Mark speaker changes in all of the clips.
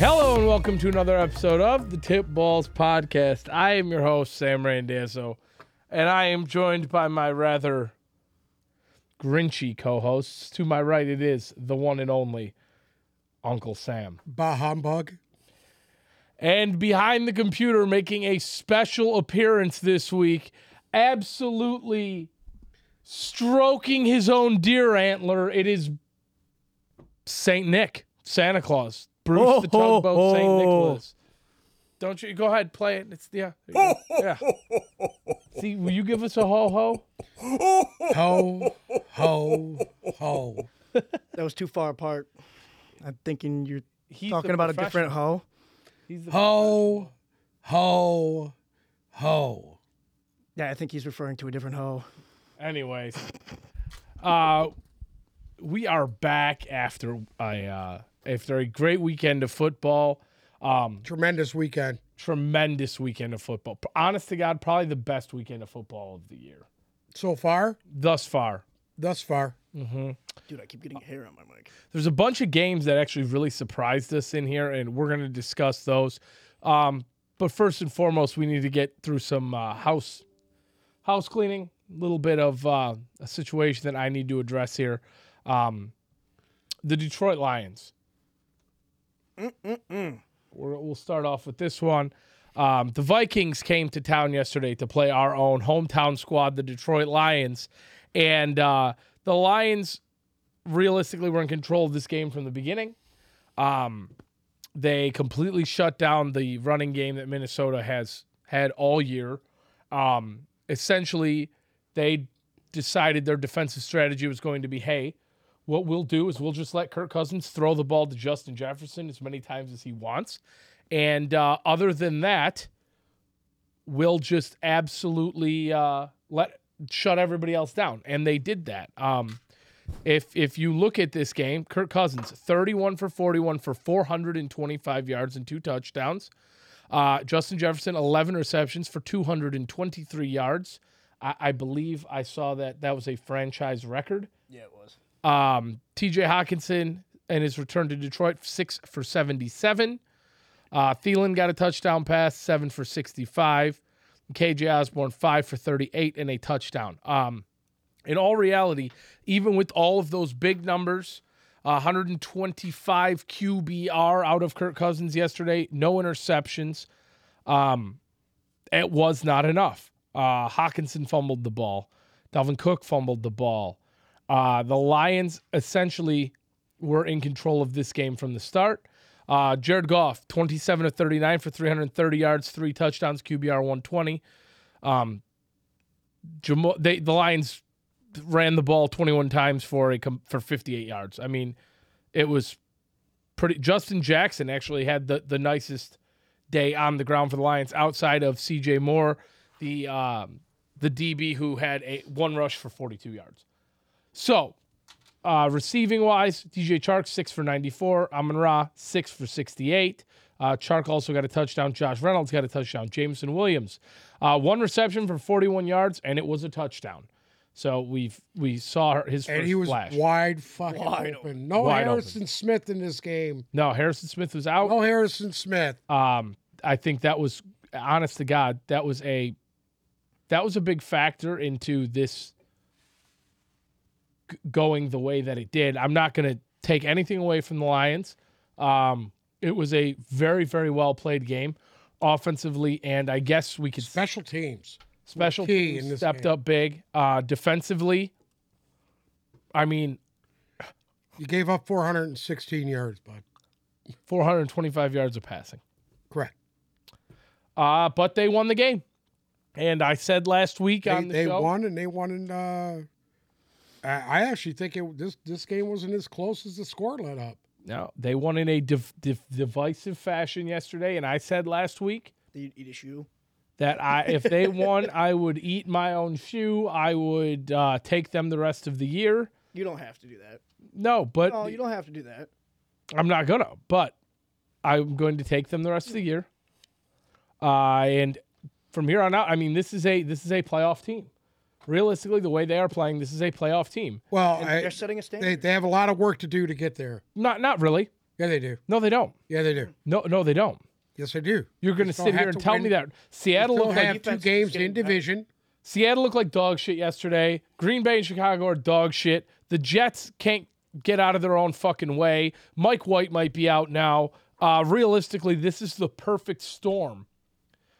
Speaker 1: and welcome to another episode of the Tip Balls Podcast. I am your host, Sam Randazzo, and I am joined by my rather grinchy co hosts. To my right, it is the one and only Uncle Sam.
Speaker 2: Bah humbug.
Speaker 1: And behind the computer, making a special appearance this week, absolutely stroking his own deer antler, it is St. Nick, Santa Claus, Bruce the
Speaker 3: Oh,
Speaker 1: Tugboat, St.
Speaker 3: oh.
Speaker 1: Nicholas. Don't you go ahead, play it. It's yeah. there you go. yeah. See, will you give us a ho ho?
Speaker 2: Ho, ho, ho.
Speaker 3: That was too far apart. I'm thinking you're
Speaker 1: He's
Speaker 3: talking
Speaker 1: the
Speaker 3: about a different hoe.
Speaker 1: He's the
Speaker 2: Ho, ho, ho.
Speaker 3: Yeah, I think he's referring to a different hoe.
Speaker 1: Anyways, uh, we are back after a uh, after a great weekend of football. Um,
Speaker 2: Tremendous weekend.
Speaker 1: tremendous weekend of football. Honest to God, probably the best weekend of football of the year
Speaker 2: So far,
Speaker 1: thus far.
Speaker 2: thus far.
Speaker 3: Dude, I keep getting hair on my mic.
Speaker 1: There's a bunch of games that actually really surprised us in here, and we're going to discuss those. Um, but first and foremost, we need to get through some uh, house house cleaning. A little bit of uh, a situation that I need to address here. Um, the Detroit Lions. We're, we'll start off with this one. Um, the Vikings came to town yesterday to play our own hometown squad, the Detroit Lions, and uh, the Lions realistically were in control of this game from the beginning. Um, they completely shut down the running game that Minnesota has had all year. Um, essentially, they decided their defensive strategy was going to be hey, what we'll do is we'll just let Kirk Cousins throw the ball to Justin Jefferson as many times as he wants. And uh, other than that, we'll just absolutely uh, let shut everybody else down. And they did that. Um, if if you look at this game, Kirk Cousins, 31 for 41 for 425 yards and two touchdowns. Uh, Justin Jefferson, 11 receptions for 223 yards. I, I believe I saw that that was a franchise record.
Speaker 3: Yeah, it was.
Speaker 1: Um, TJ Hawkinson and his return to Detroit, six for 77. Uh, Thielen got a touchdown pass, seven for 65. KJ Osborne, five for 38 and a touchdown. Um, in all reality, even with all of those big numbers, 125 QBR out of Kirk Cousins yesterday, no interceptions. Um, it was not enough. Uh, Hawkinson fumbled the ball. Dalvin Cook fumbled the ball. Uh, the Lions essentially were in control of this game from the start. Uh, Jared Goff, 27 to 39 for 330 yards, three touchdowns, QBR 120. Um, Jamo- they, the Lions ran the ball 21 times for a com- for 58 yards. I mean, it was pretty. Justin Jackson actually had the, the nicest day on the ground for the Lions outside of C.J. Moore, the um, the DB who had a one rush for 42 yards. So, uh, receiving wise, DJ Chark six for 94, Amon Ra six for 68. Uh, Chark also got a touchdown. Josh Reynolds got a touchdown. Jameson Williams, uh, one reception for 41 yards, and it was a touchdown. So we we saw his first
Speaker 2: And he was
Speaker 1: flash.
Speaker 2: wide fucking
Speaker 3: Wide
Speaker 2: open. No
Speaker 1: Wide open.
Speaker 2: Harrison Smith in this game.
Speaker 1: no, Harrison Smith was out.
Speaker 2: No Harrison Smith.
Speaker 1: Um, I think that was honest to God, that was a that was a big factor into this g- going the way that it did. I'm not going to take anything away from the Lions. Um, it was a very very well played game offensively and I guess we could
Speaker 2: Special teams.
Speaker 1: special
Speaker 2: key
Speaker 1: teams
Speaker 2: in this
Speaker 1: stepped
Speaker 2: game.
Speaker 1: up big. Uh defensively I mean
Speaker 2: You gave up 416 yards, bud.
Speaker 1: 425 yards of passing.
Speaker 2: Correct.
Speaker 1: Uh but they won the game. And I said last week
Speaker 2: They,
Speaker 1: on the
Speaker 2: they
Speaker 1: show
Speaker 2: won and they won in. Uh, I I actually think it, this this game wasn't as close as the score let up.
Speaker 1: No, they won in a div- div- divisive fashion yesterday, and I said last week
Speaker 3: Did you eat a shoe?
Speaker 1: that I, if they won, I would eat my own shoe. I would uh, take them the rest of the year.
Speaker 3: You don't have to do that.
Speaker 1: No, but
Speaker 2: Oh,
Speaker 3: No, you don't have to do that.
Speaker 1: I'm not gonna. But I'm going to take them the rest of the year. Uh, and from here on out, I mean, this is a this is a playoff team. Realistically, the way they are playing, this is a playoff team.
Speaker 2: Well,
Speaker 3: And
Speaker 2: I,
Speaker 3: they're setting a standard.
Speaker 2: they, they have a lot of work to do to get there.
Speaker 1: Not not really.
Speaker 2: Yeah, they do.
Speaker 1: No, they don't.
Speaker 2: Yeah, they do.
Speaker 1: No, no, they don't.
Speaker 2: Yes, they do.
Speaker 1: You're going to
Speaker 2: They still
Speaker 1: sit
Speaker 2: have
Speaker 1: here and
Speaker 2: to
Speaker 1: tell
Speaker 2: win.
Speaker 1: me that
Speaker 2: They
Speaker 1: Seattle
Speaker 2: still
Speaker 1: looked like
Speaker 2: have two
Speaker 3: defense is
Speaker 2: games
Speaker 3: getting
Speaker 2: in
Speaker 3: better.
Speaker 2: division.
Speaker 1: Seattle looked like dog shit yesterday. Green Bay and Chicago are dog shit. The Jets can't get out of their own fucking way. Mike White might be out now. Uh, realistically, this is the perfect storm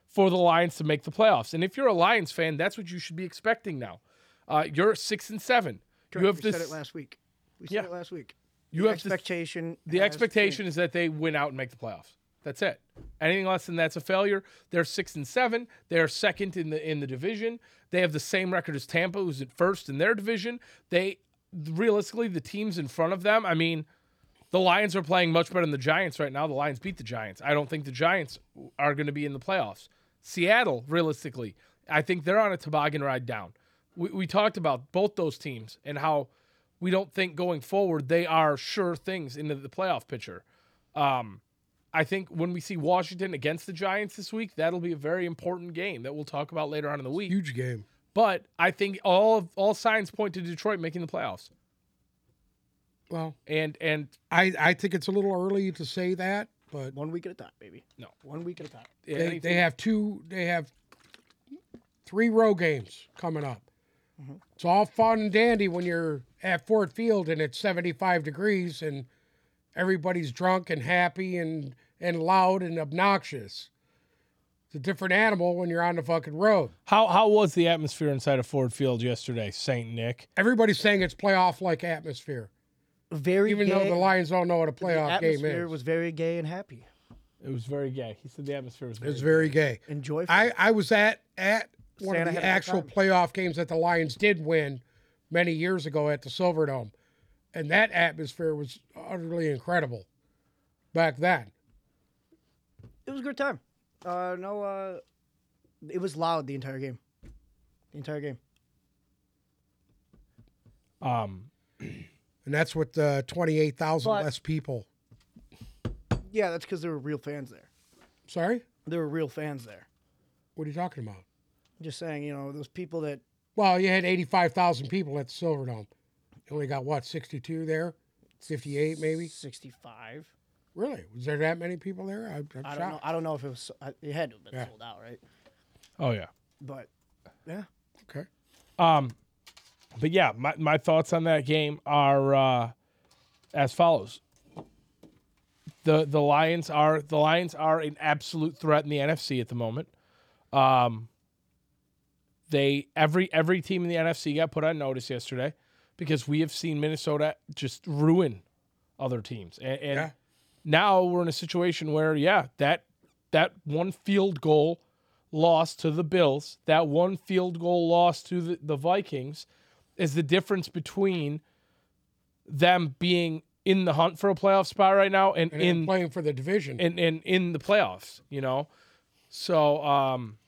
Speaker 1: for the Lions to make the playoffs. And if you're a Lions fan, that's what you should be expecting now. Uh, you're six and seven.
Speaker 3: Correct,
Speaker 1: you have
Speaker 3: we
Speaker 1: this.
Speaker 3: said it last week. We said
Speaker 1: Yeah.
Speaker 3: it last week.
Speaker 1: you
Speaker 3: the
Speaker 1: have this,
Speaker 3: expectation.
Speaker 1: the
Speaker 3: has
Speaker 1: expectation is that they win out and make the playoffs. That's it. Anything less than that's a failure. They're six and seven. They are second in the in the division. They have the same record as Tampa, who's at first in their division. They realistically the teams in front of them. I mean, the Lions are playing much better than the Giants right now. The Lions beat the Giants. I don't think the Giants are going to be in the playoffs. Seattle, realistically, I think they're on a toboggan ride down. We, we talked about both those teams and how we don't think going forward they are sure things into the playoff picture. Um, I think when we see Washington against the Giants this week, that'll be a very important game that we'll talk about later on in the week.
Speaker 2: Huge game.
Speaker 1: But I think all of, all signs point to Detroit making the playoffs.
Speaker 2: Well,
Speaker 1: And and
Speaker 2: I, I think it's a little early to say that, but
Speaker 3: One week at a time, baby.
Speaker 1: No.
Speaker 3: One week at a time.
Speaker 2: they, they have two they have three row games coming up
Speaker 3: Mm-hmm.
Speaker 2: it's all fun and dandy when you're at fort field and it's 75 degrees and everybody's drunk and happy and and loud and obnoxious it's a different animal when you're on the fucking road
Speaker 1: How how was the atmosphere inside of Ford Field yesterday, Saint Nick?
Speaker 2: everybody's saying it's playoff like atmosphere
Speaker 3: Very
Speaker 2: even
Speaker 3: gay.
Speaker 2: though the lions don't know what a
Speaker 3: the
Speaker 2: playoff game
Speaker 3: atmosphere
Speaker 2: is
Speaker 3: was very gay and happy
Speaker 1: It was very gay. He said the atmosphere was. Very
Speaker 2: it's very gay
Speaker 3: and joyful.
Speaker 2: I, I was at at one
Speaker 3: Santa
Speaker 2: of
Speaker 3: had a
Speaker 2: the
Speaker 3: good
Speaker 2: actual
Speaker 3: time.
Speaker 2: playoff games that the Lions did win many years ago at the Silverdome, and that atmosphere was utterly incredible back then.
Speaker 3: it was a good time. Uh, no, uh, it was loud the entire game. The entire game.
Speaker 1: Um,
Speaker 2: And that's with uh, twenty eight thousand
Speaker 3: But-
Speaker 2: less people.
Speaker 3: Yeah, that's because there were real fans there.
Speaker 2: Sorry,
Speaker 3: There were real fans there.
Speaker 2: what are you talking about?
Speaker 3: I'm just saying, you know, those people that
Speaker 2: Well, you had eighty five thousand people at the Silverdome. You only got what sixty two there, fifty eight maybe.
Speaker 3: 65.
Speaker 2: Really? Was there that many people there? I, I'm
Speaker 3: I
Speaker 2: shocked.
Speaker 3: don't know. I don't know if it was. I- It had to have been
Speaker 2: Yeah.
Speaker 3: sold out, right?
Speaker 1: oh yeah.
Speaker 3: But yeah,
Speaker 2: Okay.
Speaker 1: Um, but yeah, my my thoughts on that game are uh, as follows. the The Lions are the Lions are an absolute threat in the NFC at the moment. Um, they every every team in the NFC got put on notice yesterday because we have seen Minnesota just ruin other teams, and, and
Speaker 2: Yeah.
Speaker 1: now we're in a situation where yeah that that one field goal loss to the Bills, that one field goal loss to the, the Vikings, is the difference between them being in the hunt for a playoff spot right now and,
Speaker 2: And they're
Speaker 1: in
Speaker 2: playing for the division.
Speaker 1: and, and in the playoffs, you know. So um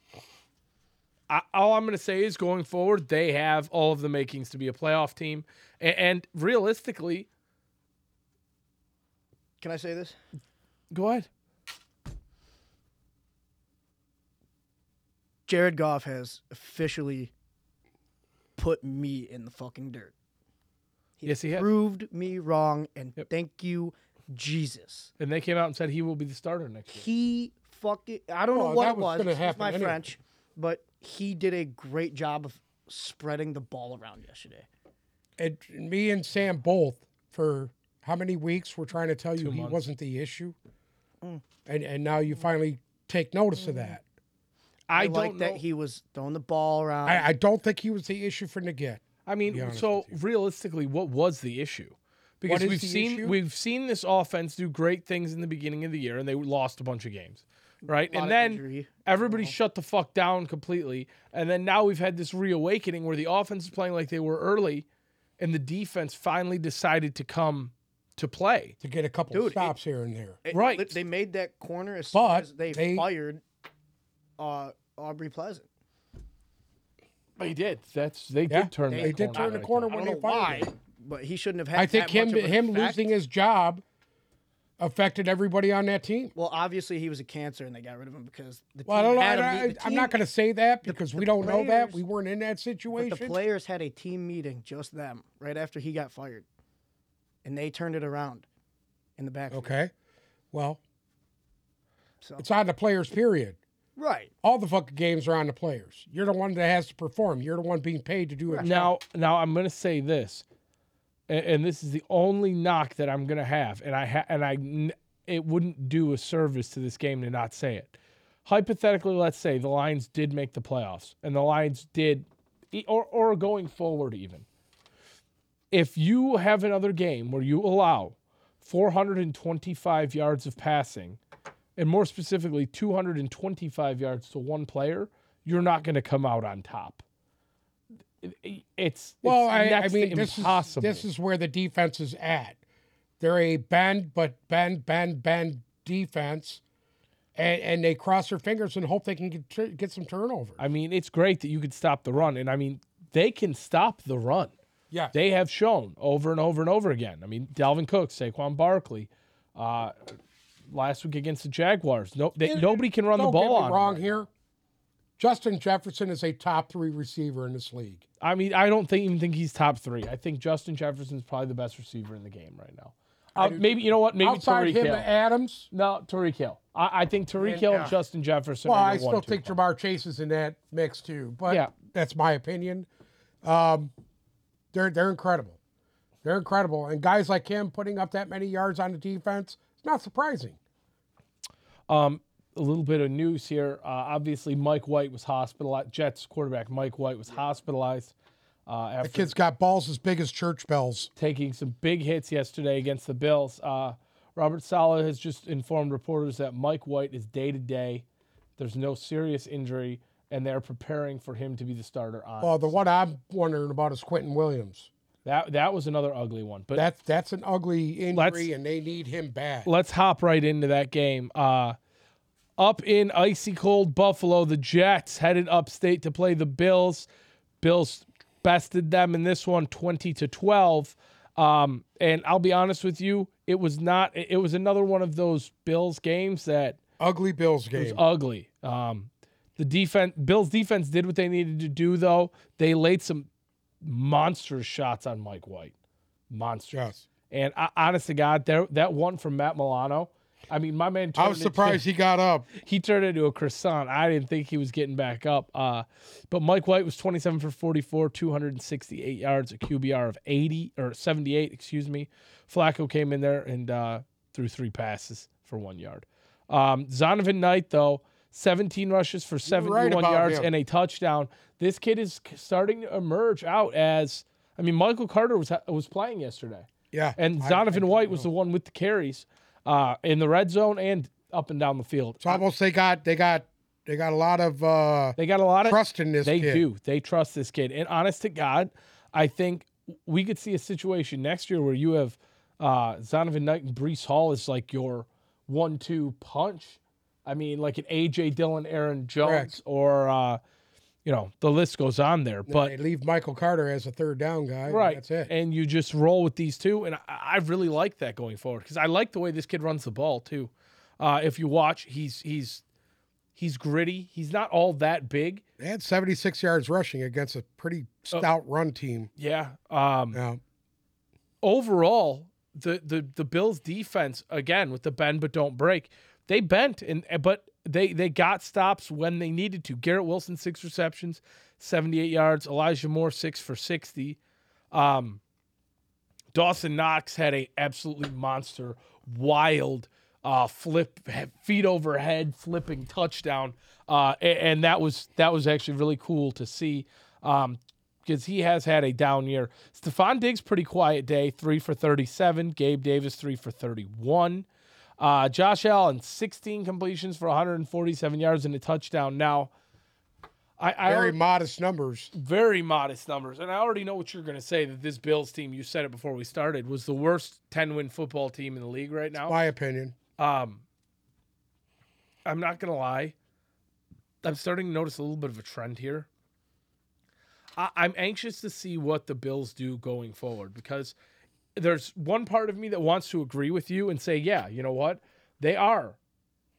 Speaker 1: I, all I'm going to say is going forward, they have all of the makings to be a playoff team, and, and realistically,
Speaker 3: can I say this?
Speaker 1: go ahead.
Speaker 3: Jared Goff has officially put me in the fucking dirt.
Speaker 1: Yes, he has.
Speaker 3: proved me wrong, and
Speaker 1: Yep.
Speaker 3: thank you, Jesus.
Speaker 1: And they came out and said he will be the starter next year.
Speaker 3: He fucking. I don't know
Speaker 2: Well,
Speaker 3: what
Speaker 2: Oh, that was
Speaker 3: it was.
Speaker 2: gonna
Speaker 3: It's
Speaker 2: happen
Speaker 3: my
Speaker 2: anyway.
Speaker 3: French, but he did a great job of spreading the ball around yesterday.
Speaker 2: and me and Sam both for how many weeks were trying to tell you he
Speaker 1: months.
Speaker 2: wasn't the issue, and and now you finally take notice of that.
Speaker 1: I, don't
Speaker 3: like that
Speaker 1: know.
Speaker 3: he was throwing the ball around.
Speaker 2: I, I don't think he was the issue for Naget.
Speaker 1: I mean,
Speaker 2: honest
Speaker 1: so realistically, what was the issue? Because
Speaker 2: is
Speaker 1: we've
Speaker 2: the
Speaker 1: seen
Speaker 2: issue?
Speaker 1: we've seen this offense do great things in the beginning of the year, and they lost a bunch of games, right?
Speaker 3: lot
Speaker 1: And
Speaker 3: of
Speaker 1: then
Speaker 3: injury.
Speaker 1: everybody shut the fuck down completely, and then now we've had this reawakening where the offense is playing like they were early, and the defense finally decided to come to play.
Speaker 2: to get a couple
Speaker 3: Dude, it-
Speaker 2: stops here and there.
Speaker 3: It-
Speaker 1: Right.
Speaker 3: li- They made that corner as
Speaker 2: But
Speaker 3: soon as they,
Speaker 2: they-
Speaker 3: fired uh, Aubrey Pleasant.
Speaker 1: They did. That's they
Speaker 2: Yeah,
Speaker 1: did turn.
Speaker 2: they
Speaker 1: that
Speaker 2: did turn the
Speaker 1: right
Speaker 2: corner
Speaker 1: there.
Speaker 2: when
Speaker 3: I
Speaker 2: they
Speaker 3: don't know
Speaker 2: fired
Speaker 3: why,
Speaker 2: him.
Speaker 3: but he shouldn't have had.
Speaker 2: I think
Speaker 3: that
Speaker 2: him
Speaker 3: much of an
Speaker 2: him
Speaker 3: effect.
Speaker 2: losing his job affected everybody on that team.
Speaker 3: Well, obviously he was a cancer, and they got rid of him because the
Speaker 2: Well, I
Speaker 3: team
Speaker 2: don't know.
Speaker 3: had
Speaker 2: I,
Speaker 3: a, me- the
Speaker 2: am
Speaker 3: team-
Speaker 2: not going to say that because we don't know that
Speaker 3: players-
Speaker 2: we weren't in that situation.
Speaker 3: But the players had a team meeting, just them, right after he got fired, and they turned it around. in the back.
Speaker 2: Okay. Well,
Speaker 3: So-
Speaker 2: it's on the players, period.
Speaker 3: Right.
Speaker 2: All the fucking games are on the players. You're the one that has to perform. You're the one being paid to do it.
Speaker 1: Now, now I'm gonna say this, a- and, this is the only knock that I'm gonna have, and I ha- and I n- it wouldn't do a service to this game to not say it. Hypothetically, let's say the Lions did make the playoffs, and the Lions did, e- or or going forward even. If you have another game where you allow 425 yards of passing, and more specifically 225 yards to one player, you're not going to come out on top it's
Speaker 2: Well,
Speaker 1: it's
Speaker 2: I, I
Speaker 1: next to
Speaker 2: mean, this is,
Speaker 1: impossible.
Speaker 2: this is where the defense is at. They're a bend, but bend, bend, bend defense, and, and they cross their fingers and hope they can get, tur- get some turnover.
Speaker 1: I mean, it's great that you could stop the run, and I mean, they can stop the run.
Speaker 2: Yeah.
Speaker 1: They have shown over and over and over again. I mean, Dalvin Cook, Saquon Barkley, uh, last week against the Jaguars. No, they,
Speaker 2: And-
Speaker 1: nobody can run
Speaker 2: Don't
Speaker 1: the ball
Speaker 2: get me
Speaker 1: on.
Speaker 2: wrong
Speaker 1: them.
Speaker 2: here. Justin Jefferson is a top three receiver in this league.
Speaker 1: I mean, I don't think, even think he's top three. I think Justin Jefferson's probably the best receiver in the game right now. Uh, maybe you know what? Maybe
Speaker 2: Outside
Speaker 1: Tariq
Speaker 2: him,
Speaker 1: Hill.
Speaker 2: Adams.
Speaker 1: no, Tariq Hill. I, I think Tariq Hill and
Speaker 2: yeah.
Speaker 1: Justin Jefferson.
Speaker 2: Well,
Speaker 1: are
Speaker 2: I
Speaker 1: the one,
Speaker 2: still
Speaker 1: two
Speaker 2: think
Speaker 1: punch.
Speaker 2: Jamar Chase is in that mix too, but
Speaker 1: Yeah.
Speaker 2: that's my opinion. Um, they're they're incredible. They're incredible, and guys like him putting up that many yards on the defense, it's not surprising.
Speaker 1: a little bit of news here. Uh, obviously, Mike White was hospitalized. Jets quarterback Mike White was hospitalized uh,
Speaker 2: The
Speaker 1: after
Speaker 2: kid's got balls as big as church bells.
Speaker 1: taking some big hits yesterday against the Bills. Uh, Robert Sala has just informed reporters that Mike White is day to day. There's no serious injury, and they're preparing for him to be the starter on.
Speaker 2: Well, Uh, the one I'm wondering about is Quentin Williams.
Speaker 1: that that was another ugly one. But
Speaker 2: That's that's an ugly
Speaker 1: Let's-
Speaker 2: injury, and they need him back.
Speaker 1: let's hop right into that game. Uh, up in icy cold Buffalo, the Jets headed upstate to play the Bills. Bills bested them in this one 20 to 12. Um, and I'll be honest with you, it was not, it it was another one of those Bills games that
Speaker 2: Ugly Bills
Speaker 1: was
Speaker 2: game.
Speaker 1: ugly. Um, the defense, Bills defense did what they needed to do, though. They laid some monster shots on Mike White. Monster.
Speaker 2: Yes.
Speaker 1: And I, honest to God, there, that one from Matt Milano. I mean, my man.
Speaker 2: I was
Speaker 1: turned
Speaker 2: surprised he got up.
Speaker 1: Into, he turned into a croissant. I didn't think he was getting back up. Uh, but Mike White was 27 for 44, 268 yards, a QBR of 80 or 78, excuse me. Flacco came in there and uh, threw three passes for one yard. Um, Zonovan Knight, though, 17 rushes for 71
Speaker 2: about
Speaker 1: yards
Speaker 2: him.
Speaker 1: and a touchdown. This kid is starting to emerge out as. I mean, Michael Carter was was playing yesterday.
Speaker 2: Yeah.
Speaker 1: And
Speaker 2: I-
Speaker 1: Donovan
Speaker 2: I-
Speaker 1: White was the one with the carries uh, in the red zone and up and down the field.
Speaker 2: It's almost they got they got they got a lot of uh,
Speaker 1: They got a lot of
Speaker 2: trust in this
Speaker 1: They
Speaker 2: kid.
Speaker 1: do. They trust this kid. And honest to God, I think we could see a situation next year where you have uh, Zonovan Knight and Brees Hall is like your one-two punch. I mean, like an AJ Dillon, Aaron Jones,
Speaker 2: Correct.
Speaker 1: or uh, you know, the list goes on there. But
Speaker 2: they leave Michael Carter as a third down guy. and
Speaker 1: Right.
Speaker 2: That's it.
Speaker 1: And you just roll with these two. And I, I really like that going forward because I like the way this kid runs the ball too. Uh, if you watch, he's he's he's gritty. He's not all that big.
Speaker 2: They had 76 yards rushing against a pretty stout run team.
Speaker 1: Yeah. Um,
Speaker 2: Now,
Speaker 1: overall, the, the the Bills defense again with the bend but don't break. They bent and eh, but they they got stops when they needed to. Garrett Wilson six receptions, seventy eight yards. Elijah Moore six for sixty. Um, Dawson Knox had a absolutely monster, wild uh, flip, feet over head flipping touchdown, uh, a- and, that was that was actually really cool to see because he has had a down year. Stephon Diggs pretty quiet day, three for thirty-seven. Gabe Davis three for thirty-one. Uh, Josh Allen sixteen completions for one hundred and forty-seven yards and a touchdown. Now, I, I
Speaker 2: very
Speaker 1: already-
Speaker 2: modest numbers.
Speaker 1: very modest numbers. And I already know what you're going to say that this Bills team, you said it before we started, was the worst 10 win football team in the league right now.
Speaker 2: My opinion.
Speaker 1: Um, I'm not going to lie. I'm starting to notice a little bit of a trend here. I- I'm anxious to see what the Bills do going forward because there's one part of me that wants to agree with you and say, yeah, you know what? They are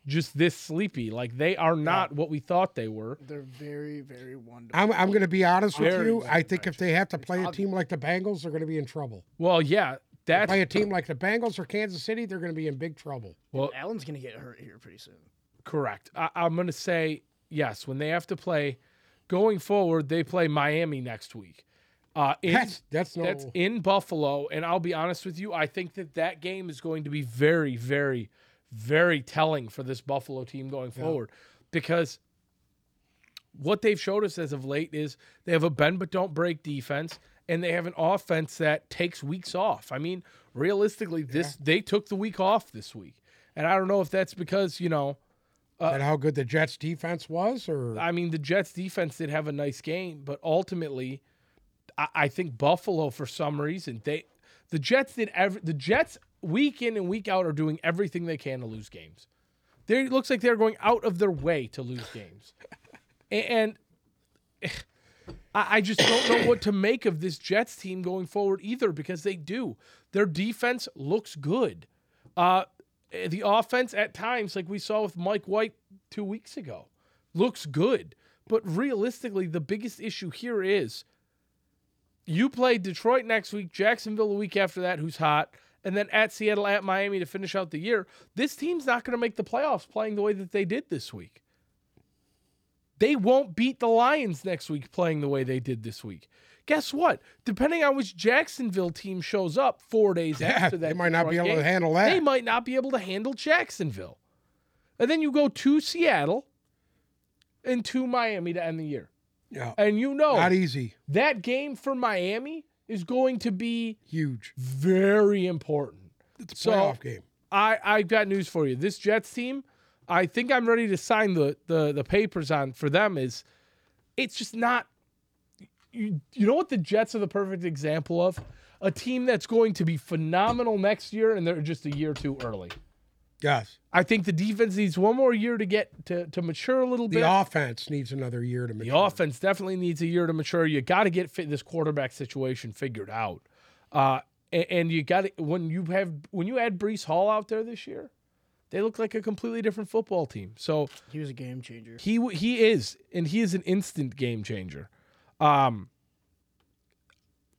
Speaker 1: just this sleepy. Like they are not what we thought they were.
Speaker 3: They're very, very wonderful.
Speaker 2: I'm, I'm going to be honest with
Speaker 1: Very
Speaker 2: you.
Speaker 1: good
Speaker 2: I think if they have to play a team like the Bengals, they're going to be in trouble.
Speaker 1: Well, yeah, That's
Speaker 2: By a team like the Bengals or Kansas City, they're going to be in big trouble.
Speaker 3: Allen's gonna get hurt here pretty soon.
Speaker 1: Correct. I, I'm going to say yes. When they have to play, going forward, they play Miami next week. Uh, in,
Speaker 2: That's that's no.
Speaker 1: that's in Buffalo, and I'll be honest with you, I think that that game is going to be very, very, very telling for this Buffalo team going forward because what they've showed us as of late is they have a bend but don't break defense, and they have an offense that takes weeks off. I mean, realistically, this they took the week off this week, and I don't know if that's because you know.
Speaker 2: that how good the Jets defense was, or
Speaker 1: I mean, the Jets defense did have a nice game, but ultimately, I, I think Buffalo for some reason they the Jets did ever the Jets week in and week out are doing everything they can to lose games. They it looks like they're going out of their way to lose games, A- and. I I just don't know what to make of this Jets team going forward either because they do. Their defense looks good. Uh, the offense at times, like we saw with Mike White two weeks ago, looks good. But realistically, the biggest issue here is you play Detroit next week, Jacksonville the week after that, who's hot, and then at Seattle, at Miami to finish out the year. This team's not going to make the playoffs playing the way that they did this week. They won't beat the Lions next week playing the way they did this week. Guess what? Depending on which Jacksonville team shows up four days
Speaker 2: yeah,
Speaker 1: after that,
Speaker 2: they might not be
Speaker 1: Detroit
Speaker 2: able to
Speaker 1: game,
Speaker 2: handle that.
Speaker 1: they might not be able to handle Jacksonville. And then you go to Seattle and to Miami to end the year.
Speaker 2: yeah,
Speaker 1: And you know
Speaker 2: not e- easy.
Speaker 1: that game for Miami is going to be
Speaker 2: Huge.
Speaker 1: very important.
Speaker 2: It's a
Speaker 1: So-
Speaker 2: playoff game.
Speaker 1: I, I've got news for you. This Jets team, I think I'm ready to sign the the, the papers on for them is it's just not you, you know what the Jets are the perfect example of? A team that's going to be phenomenal next year and they're just a year too early.
Speaker 2: Yes,
Speaker 1: I think the defense needs one more year to get to, to mature a little
Speaker 2: the
Speaker 1: bit.
Speaker 2: offense needs another year to
Speaker 1: the
Speaker 2: mature.
Speaker 1: offense definitely needs a year to mature. You got to get fit, this quarterback situation figured out. Uh, and, and you got to when you have when you add Brees Hall out there this year, they look like a completely different football team. So
Speaker 3: He was a game changer.
Speaker 1: he w- he is, and he is an instant game changer. Um,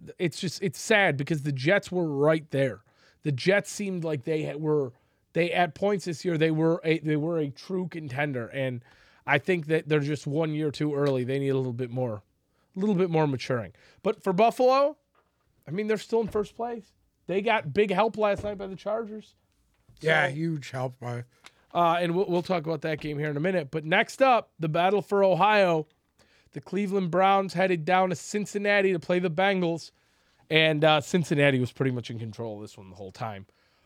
Speaker 1: th- it's just it's sad because the Jets were right there. The Jets seemed like they had, were they at points this year they were a, they were a true contender, and I think that they're just one year too early. They need a little bit more, a little bit more maturing. But for Buffalo, I mean they're still in first place. They got big help last night by the Chargers.
Speaker 2: yeah,
Speaker 1: So-
Speaker 2: huge help by
Speaker 1: uh, and we'll, we'll talk about that game here in a minute. But next up, the battle for Ohio. The Cleveland Browns headed down to Cincinnati to play the Bengals. And uh, Cincinnati was pretty much in control of this one the whole time.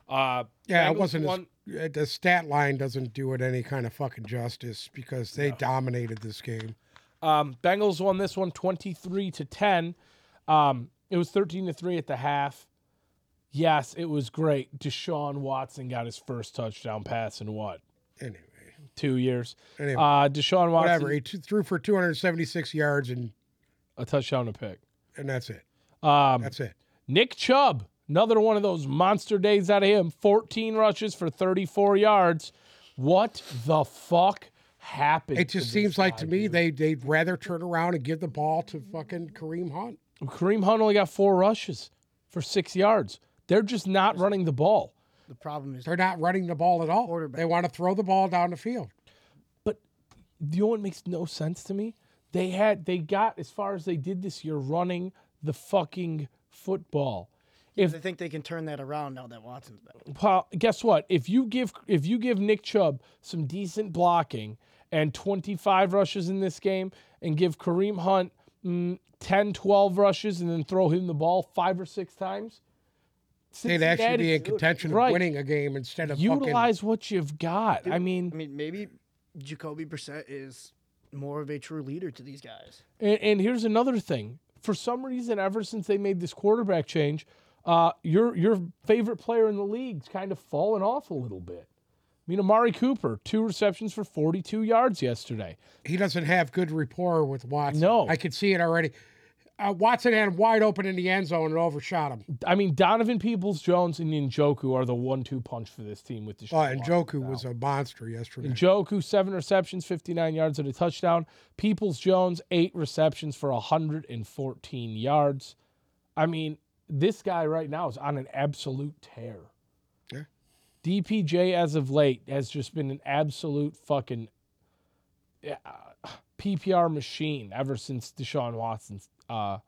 Speaker 1: Uh,
Speaker 2: Yeah, it
Speaker 1: Bengals
Speaker 2: wasn't.
Speaker 1: won-
Speaker 2: As, uh, the stat line doesn't do it any kind of fucking justice because they dominated this game.
Speaker 1: Um, Bengals won this one 23 to 10. Um, it was 13 to 3 at the half. Yes, it was great. Deshaun Watson got his first touchdown pass in what?
Speaker 2: Anyway,
Speaker 1: Two years.
Speaker 2: anyway,
Speaker 1: Uh, Deshaun Watson,
Speaker 2: whatever. He t- threw for 276 yards and
Speaker 1: a touchdown to pick.
Speaker 2: and that's it.
Speaker 1: Um,
Speaker 2: That's it.
Speaker 1: Nick Chubb, another one of those monster days out of him. 14 rushes for 34 yards. What the fuck happened?
Speaker 2: It just
Speaker 1: to
Speaker 2: seems
Speaker 1: this
Speaker 2: like
Speaker 1: guy,
Speaker 2: to me
Speaker 1: dude?
Speaker 2: they they'd rather turn around and give the ball to fucking Kareem Hunt.
Speaker 1: Kareem Hunt only got four rushes for six yards. They're just not running the ball.
Speaker 3: The problem is
Speaker 2: They're not running the ball at all. They want to throw the ball down the field.
Speaker 1: But you know what makes no sense to me? They had they got as far as they did this year running the fucking football.
Speaker 3: they think they can turn that around now that Watson's back.
Speaker 1: Well, guess what? If you give if you give Nick Chubb some decent blocking and 25 rushes in this game and give Kareem Hunt mm, 10, 12 rushes and then throw him the ball five or six times,
Speaker 2: They'd actually be
Speaker 1: Cincinnati-
Speaker 2: in contention of
Speaker 1: Right.
Speaker 2: winning a game instead of
Speaker 1: utilize what you've got. I mean,
Speaker 3: I mean, maybe Jacoby Brissett is more of a true leader to these guys.
Speaker 1: and, and here's another thing. For some reason, ever since they made this quarterback change, uh, your your favorite player in the league's kind of fallen off a little bit. I mean, Amari Cooper, two receptions for 42 yards yesterday.
Speaker 2: fucking. He doesn't have good rapport with Watson.
Speaker 1: No.
Speaker 2: I could see it already. Uh, Watson had him wide open in the end zone and overshot him.
Speaker 1: I mean, Donovan Peoples Jones and Njoku are the one two punch for this team with the
Speaker 2: Oh, and Joku was a monster yesterday.
Speaker 1: Njoku, seven receptions, 59 yards, and a touchdown. Peoples Jones, eight receptions for 114 yards. I mean, this guy right now is on an absolute tear.
Speaker 2: Yeah.
Speaker 1: DPJ as of late has just been an absolute fucking yeah, uh, PPR machine ever since Deshaun Watson uh,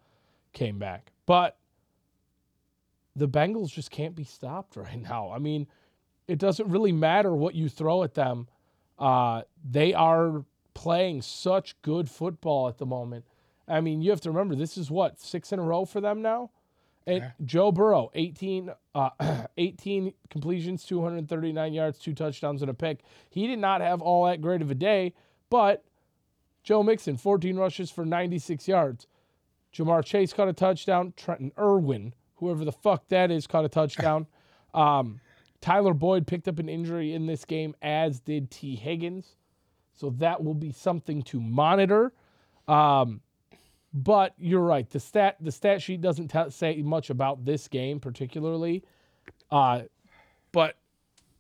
Speaker 1: came back. But the Bengals just can't be stopped right now. I mean, it doesn't really matter what you throw at them. Uh, they are playing such good football at the moment. I mean, you have to remember this is what six in a row for them now. And
Speaker 2: Yeah.
Speaker 1: Joe Burrow, 18, uh, 18 completions, 239 yards, two touchdowns, and a pick. He did not have all that great of a day, but Joe Mixon, 14 rushes for 96 yards. Jamar Chase caught a touchdown. Trenton Irwin, whoever the fuck that is, caught a touchdown. um, Tyler Boyd picked up an injury in this game, as did T. Higgins. So that will be something to monitor. Um, but you're right. The stat the stat sheet doesn't tell say much about this game particularly. Uh, but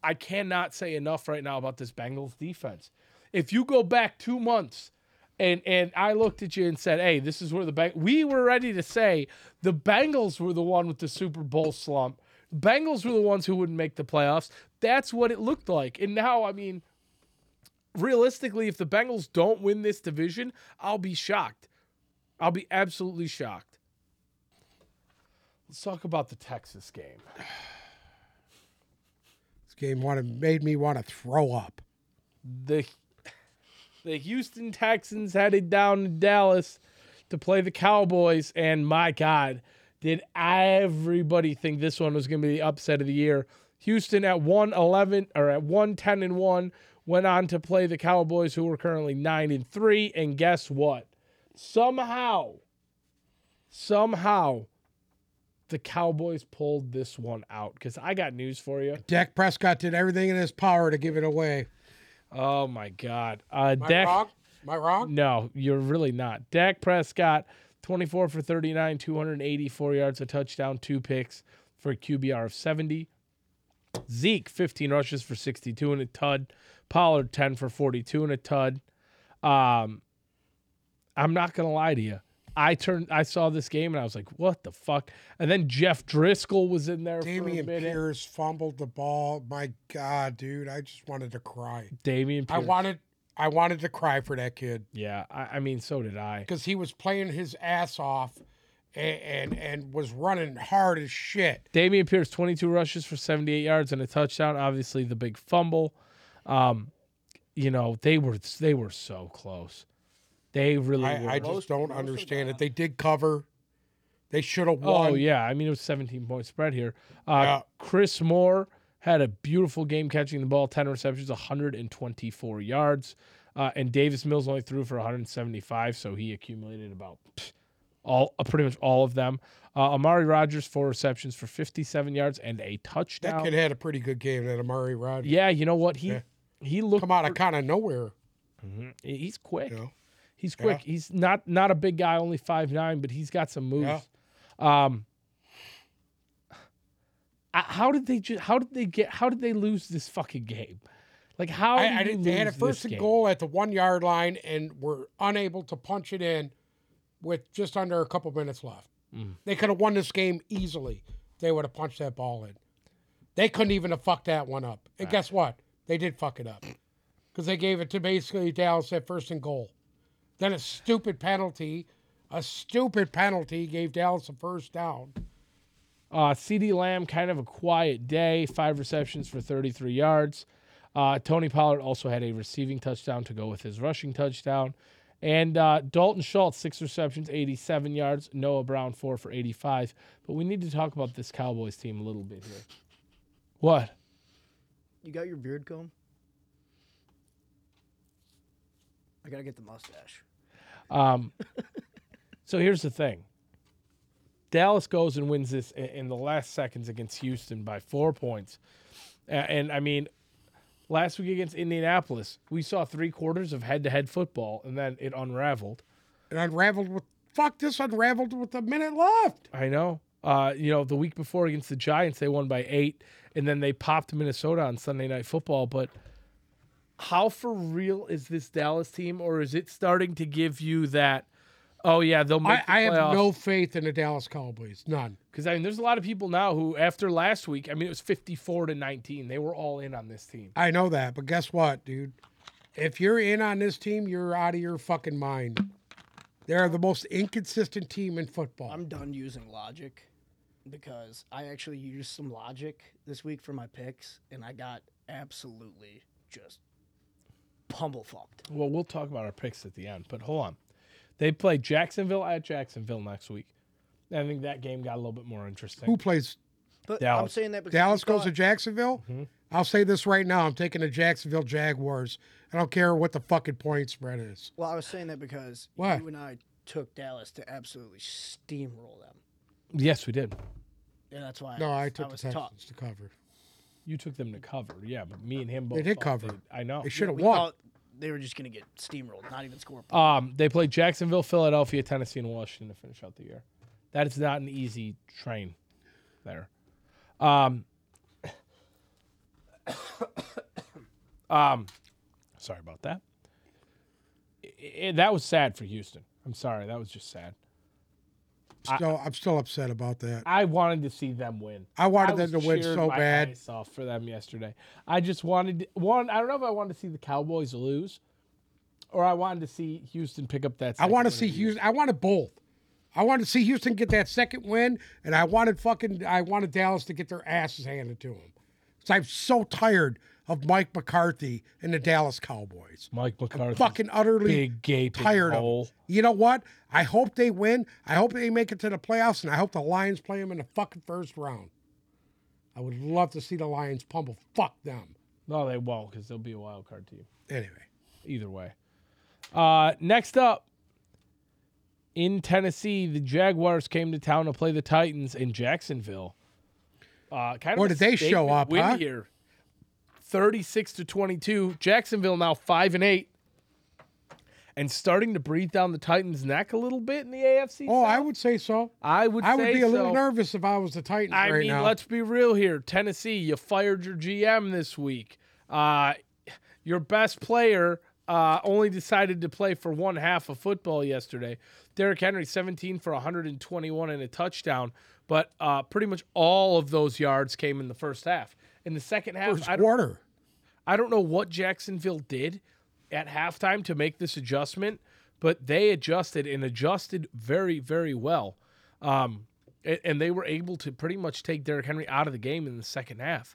Speaker 1: I cannot say enough right now about this Bengals defense. If you go back two months and and I looked at you and said, "Hey, this is where the Beng-. we were ready to say the Bengals were the one with the Super Bowl slump. Bengals were the ones who wouldn't make the playoffs. That's what it looked like. And now, I mean, realistically, if the Bengals don't win this division, I'll be shocked. I'll be absolutely shocked. Let's talk about the Texas game.
Speaker 2: This game wanted, made me want to throw up.
Speaker 1: the the Houston Texans headed down to Dallas to play the Cowboys, and my God, did everybody think this one was going to be the upset of the year? Houston at one eleven or at one ten and one went on to play the Cowboys, who were currently nine and three, and guess what? Somehow, somehow, the Cowboys pulled this one out. Because I got news for you.
Speaker 2: Dak Prescott did everything in his power to give it away.
Speaker 1: Oh my God, uh,
Speaker 2: Am I
Speaker 1: Dak.
Speaker 2: wrong? Am I wrong?
Speaker 1: No, you're really not. Dak Prescott, 24 for 39, 284 yards, a touchdown, two picks for a QBR of 70. Zeke, 15 rushes for 62 and a tud. Pollard, 10 for 42 and a tud. Um, I'm not gonna lie to you. I turned, I saw this game and I was like, "What the fuck?" And then Jeff Driscoll was in there for a
Speaker 2: Damian
Speaker 1: minute.
Speaker 2: Pierce fumbled the ball. My God, dude, I just wanted to cry.
Speaker 1: Damian
Speaker 2: I
Speaker 1: Pierce.
Speaker 2: wanted, I wanted to cry for that kid
Speaker 1: yeah, I, I mean, so did I.
Speaker 2: because he was playing his ass off, and, and and was running hard as shit.
Speaker 1: Damian Pierce, 22 rushes for 78 yards and a touchdown. Obviously, the big fumble. Um, you know, they were they were so close. They really were.
Speaker 2: I, I
Speaker 4: Most-
Speaker 2: just don't
Speaker 4: most of
Speaker 2: understand it.
Speaker 4: that.
Speaker 2: They did cover. They should have won.
Speaker 1: oh yeah, I mean it was 17 point spread here. Uh,
Speaker 2: Yeah.
Speaker 1: Chris Moore had a beautiful game catching the ball, 10 receptions, 124 yards, uh, and Davis Mills only threw for 175, so he accumulated about pff, all uh, pretty much all of them. Uh, Amari Rogers four receptions for 57 yards and a
Speaker 2: That
Speaker 1: touchdown.
Speaker 2: kid had a pretty good game. That Amari Rodgers.
Speaker 1: Yeah, you know what he
Speaker 2: Yeah.
Speaker 1: he looked
Speaker 2: Come out of kind of nowhere.
Speaker 1: Mhm. He- He's quick.
Speaker 2: You know?
Speaker 1: He's
Speaker 2: Yeah.
Speaker 1: quick. He's not not a big guy, only five nine, but he's got some moves.
Speaker 2: Yeah.
Speaker 1: Um, I- how did they just? How did they get? How did they lose this fucking game? Like how?
Speaker 2: I,
Speaker 1: do
Speaker 2: I
Speaker 1: Oh, you
Speaker 2: didn't, they had a
Speaker 1: lose this
Speaker 2: first and
Speaker 1: game?
Speaker 2: goal at the one yard line and were unable to punch it in with just under a couple minutes left.
Speaker 1: Mm.
Speaker 2: They could have won this game easily. if They would have punched that ball in. They couldn't even have fucked that one up. And guess what? They did fuck it up because they gave it to basically Dallas at first and goal. Then a stupid penalty, a stupid penalty gave Dallas a first down.
Speaker 1: Uh, C.D. Lamb, kind of a quiet day, five receptions for 33 yards. Uh, Tony Pollard also had a receiving touchdown to go with his rushing touchdown. And uh, Dalton Schultz, six receptions, 87 yards. Noah Brown, four for 85. But we need to talk about this Cowboys team a little bit here. What?
Speaker 3: You got your beard comb? I gotta get the mustache.
Speaker 1: Um, so here's the thing. Dallas goes and wins this i- in the last seconds against Houston by four points. A- And I mean, last week against Indianapolis, we saw three quarters of head to head football and then it unraveled.
Speaker 2: It unraveled with fuck this unraveled with a minute left.
Speaker 1: I know. Uh, you know, the week before against the Giants, they won by eight and then they popped Minnesota on Sunday Night Football. But how for real is this Dallas team or is it starting to give you that? Oh yeah, they'll make
Speaker 2: I, I
Speaker 1: the
Speaker 2: have no faith in the Dallas Cowboys. None.
Speaker 1: because I mean, there's a lot of people now who after last week, I mean, it was 54 to 19. They were all in on this team.
Speaker 2: I know that, but guess what, dude? If you're in on this team, you're out of your fucking mind. They're the most inconsistent team in football.
Speaker 3: I'm done using logic because I actually used some logic this week for my picks and I got absolutely just pummel fucked.
Speaker 1: Well, we'll talk about our picks at the end, but hold on. They play Jacksonville at Jacksonville next week. I think that game got a little bit more interesting.
Speaker 2: Who plays
Speaker 3: But Mm-hmm. I'm
Speaker 1: Dallas.
Speaker 3: saying that because we
Speaker 2: Dallas goes
Speaker 3: thought-
Speaker 2: to Jacksonville? I'll say this right now. I'm taking the Jacksonville Jaguars. I don't care what the fucking point spread is.
Speaker 3: Well, I was saying that because
Speaker 2: Why?
Speaker 3: you and I took Dallas to absolutely steamroll them.
Speaker 1: Yes, we did.
Speaker 3: Yeah, that's why
Speaker 2: No,
Speaker 3: I,
Speaker 2: I took
Speaker 3: was
Speaker 2: the
Speaker 3: taught.
Speaker 2: Texans to cover.
Speaker 1: You took them to cover, yeah, but me and him both.
Speaker 2: did
Speaker 1: thought
Speaker 2: cover.
Speaker 1: I know.
Speaker 2: They should have
Speaker 3: We
Speaker 2: won.
Speaker 3: thought they were just gonna get steamrolled, not even score. a point.
Speaker 1: Um, they play Jacksonville, Philadelphia, Tennessee, and Washington to finish out the year. That is not an easy train there. Um, um, sorry about that. I- I- that was sad for Houston. I'm sorry. That was just sad.
Speaker 2: Still, I'm still upset about that.
Speaker 1: I wanted to see them win.
Speaker 2: I wanted
Speaker 1: was
Speaker 2: them to win
Speaker 1: cheering
Speaker 2: so
Speaker 1: my
Speaker 2: bad.
Speaker 1: Eyes off for them yesterday. I just wanted one. I don't know if I wanted to see the Cowboys lose, or I wanted to see Houston pick up that.
Speaker 2: I want to
Speaker 1: second
Speaker 2: see
Speaker 1: win of the year.
Speaker 2: Houston. I wanted both. I wanted to see Houston get that second win, and I wanted fucking I wanted Dallas to get their asses handed to them. So I'm so tired of Mike McCarthy and the Dallas Cowboys.
Speaker 1: Mike McCarthy.
Speaker 2: Fucking utterly
Speaker 1: big gaping
Speaker 2: tired of
Speaker 1: hole.
Speaker 2: it. You know what? I hope they win. I hope they make it to the playoffs, and I hope the Lions play them in the fucking first round. I would love to see the Lions pummel fuck them.
Speaker 1: No, they won't because they'll be a wild card team.
Speaker 2: Anyway,
Speaker 1: Either way. Uh, next up, in Tennessee, the Jaguars came to town to play the Titans in Jacksonville. Uh, kind of
Speaker 2: Boy,
Speaker 1: a
Speaker 2: did they show
Speaker 1: statement
Speaker 2: up,
Speaker 1: win
Speaker 2: huh?
Speaker 1: here. Thirty-six to twenty-two. Jacksonville now five and eight, and starting to breathe down the Titans' neck a little bit in the AFC.
Speaker 2: oh, I
Speaker 1: South.
Speaker 2: would say so.
Speaker 1: I would.
Speaker 2: I would
Speaker 1: say
Speaker 2: be a little
Speaker 1: so.
Speaker 2: nervous if I was the Titans
Speaker 1: I
Speaker 2: right
Speaker 1: mean,
Speaker 2: now.
Speaker 1: let's be real here. Tennessee, you fired your GM this week. Uh, your best player uh, only decided to play for one half of football yesterday. Derrick Henry, 17 for 121 and a touchdown, but uh, pretty much all of those yards came in the first half. In the second half,
Speaker 2: First
Speaker 1: I don't,
Speaker 2: quarter.
Speaker 1: I don't know what Jacksonville did at halftime to make this adjustment, but they adjusted and adjusted very, very well. Um, a- and they were able to pretty much take Derrick Henry out of the game in the second half.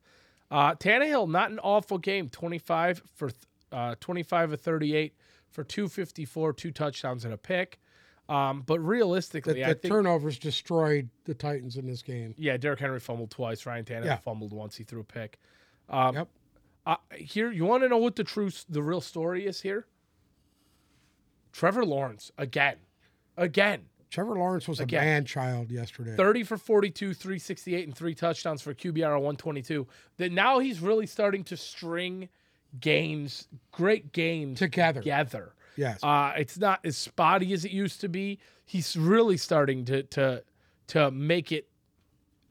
Speaker 1: Uh, Tannehill, not an awful game, 25 for th- uh, 25 of 38 for 254, two touchdowns and a pick. Um, but
Speaker 2: The,
Speaker 1: realistically, I
Speaker 2: the
Speaker 1: think
Speaker 2: turnovers destroyed the Titans in this game.
Speaker 1: yeah, Derrick Henry fumbled twice. Ryan Tannehill
Speaker 2: Yeah.
Speaker 1: fumbled once. He threw a pick.
Speaker 2: yep.
Speaker 1: uh, here you want to know what the true s- the real story is here trevor lawrence again again
Speaker 2: Trevor Lawrence was
Speaker 1: Again.
Speaker 2: a man child yesterday.
Speaker 1: 30 for 42 368 and three touchdowns for qbr of 122 that now he's really starting to string games great games
Speaker 2: Together.
Speaker 1: together
Speaker 2: Yes.
Speaker 1: uh, it's not as spotty as it used to be he's really starting to to to make it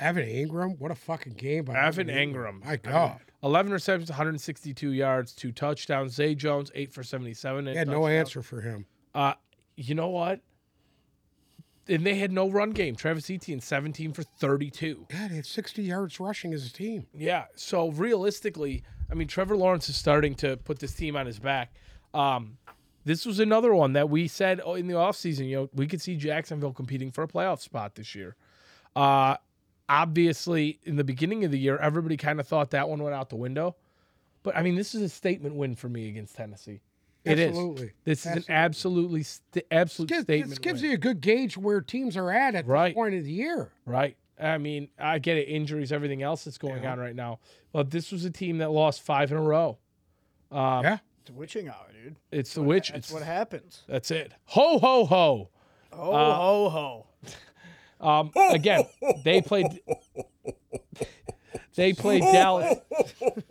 Speaker 2: Evan Ingram, what a fucking game by
Speaker 1: Evan Ingram.
Speaker 2: My God.
Speaker 1: 11 receptions 162 yards two touchdowns zay jones 8 for 77 and
Speaker 2: He had no answer for him.
Speaker 1: Uh, you know what? And they had no run game. Travis Etienne, 17 for 32.
Speaker 2: God, he had 60 yards rushing as a team.
Speaker 1: Yeah. So realistically, I mean, Trevor Lawrence is starting to put this team on his back. Um, this was another one that we said oh, in the offseason, you know, we could see Jacksonville competing for a playoff spot this year. Uh, obviously, in the beginning of the year, everybody kind of thought that one went out the window. But I mean, this is a statement win for me against Tennessee. It is.
Speaker 2: Absolutely.
Speaker 1: This is an absolutely, st- absolute
Speaker 2: Gives,
Speaker 1: statement.
Speaker 2: this gives
Speaker 1: win.
Speaker 2: you a good gauge where teams are at at
Speaker 1: Right.
Speaker 2: this point of the year.
Speaker 1: Right. I mean, I get it, injuries, everything else that's going on right now. But this was a team that lost five in a row. Um,
Speaker 2: yeah.
Speaker 3: It's witching hour, dude.
Speaker 1: It's the witch.
Speaker 3: That's
Speaker 1: It's,
Speaker 3: what happens.
Speaker 1: that's it. Ho, ho, ho.
Speaker 3: Oh ho ho.
Speaker 1: Um, again, they played. They play Dallas.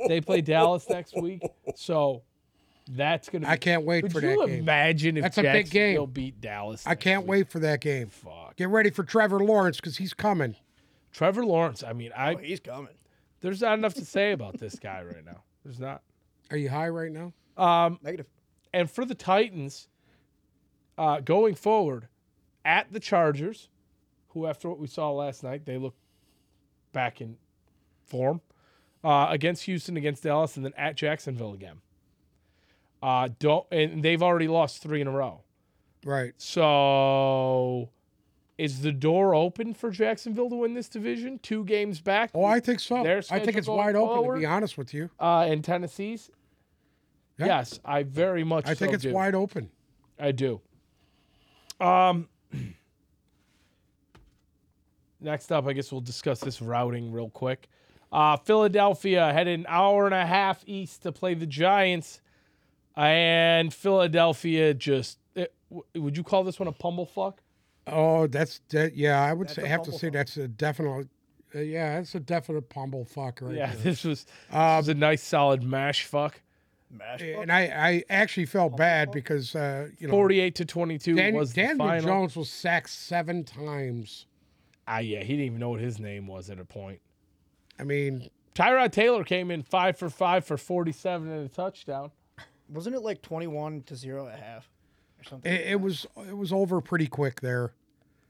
Speaker 1: They play Dallas next week, so that's gonna. Be,
Speaker 2: I can't wait
Speaker 1: Could
Speaker 2: for
Speaker 1: you
Speaker 2: that game.
Speaker 1: imagine if
Speaker 2: That's a big game.
Speaker 1: Jacksonville beat Dallas?
Speaker 2: I can't wait for that game.
Speaker 1: Fuck.
Speaker 2: Get ready for Trevor Lawrence because he's coming.
Speaker 1: Trevor Lawrence. I mean, I
Speaker 3: Oh, he's coming.
Speaker 1: there's not enough to say about this guy right now. There's not.
Speaker 2: Are you high right now?
Speaker 1: Um,
Speaker 3: Negative.
Speaker 1: and for the Titans, uh, going forward, at the Chargers, who, after what we saw last night, they look back in form. Uh, against Houston, against Dallas, and then at Jacksonville again. Uh, don't and they've already lost three in a row.
Speaker 2: Right.
Speaker 1: So, is the door open for Jacksonville to win this division? Two games back.
Speaker 2: Oh, I think so.
Speaker 1: Their
Speaker 2: I think
Speaker 1: schedule
Speaker 2: it's wide
Speaker 1: going
Speaker 2: open. To
Speaker 1: forward?
Speaker 2: be honest with you,
Speaker 1: uh, and Tennessee's.
Speaker 2: Yeah.
Speaker 1: Yes, I very much.
Speaker 2: I think
Speaker 1: so
Speaker 2: it's
Speaker 1: do.
Speaker 2: wide open.
Speaker 1: I do. Um. Next up, I guess we'll discuss this routing real quick. Uh, Philadelphia headed an hour and a half east to play the Giants, and Philadelphia just it, w- would you call this one a pummel fuck?
Speaker 2: Oh, that's that. Yeah, I would
Speaker 3: That's
Speaker 2: say,
Speaker 3: a
Speaker 2: have to
Speaker 3: fumble
Speaker 2: say
Speaker 3: fuck.
Speaker 2: that's a definite. uh, yeah, that's a definite pumble fuck right
Speaker 1: Yeah,
Speaker 2: there.
Speaker 1: this was,
Speaker 2: Uh,
Speaker 1: this was a nice solid mash fuck.
Speaker 3: Mash
Speaker 2: and I, I actually felt bad because uh, you know
Speaker 1: Forty-eight to twenty-two
Speaker 2: Dan-
Speaker 1: was the
Speaker 2: Daniel
Speaker 1: final.
Speaker 2: Jones was sacked seven times.
Speaker 1: Ah, yeah, he didn't even know what his name was at a point.
Speaker 2: I mean,
Speaker 1: Tyrod Taylor came in five for five for forty-seven and a touchdown.
Speaker 3: Wasn't it like 21 to 0 at half or something?
Speaker 2: it, it was it was over pretty quick there.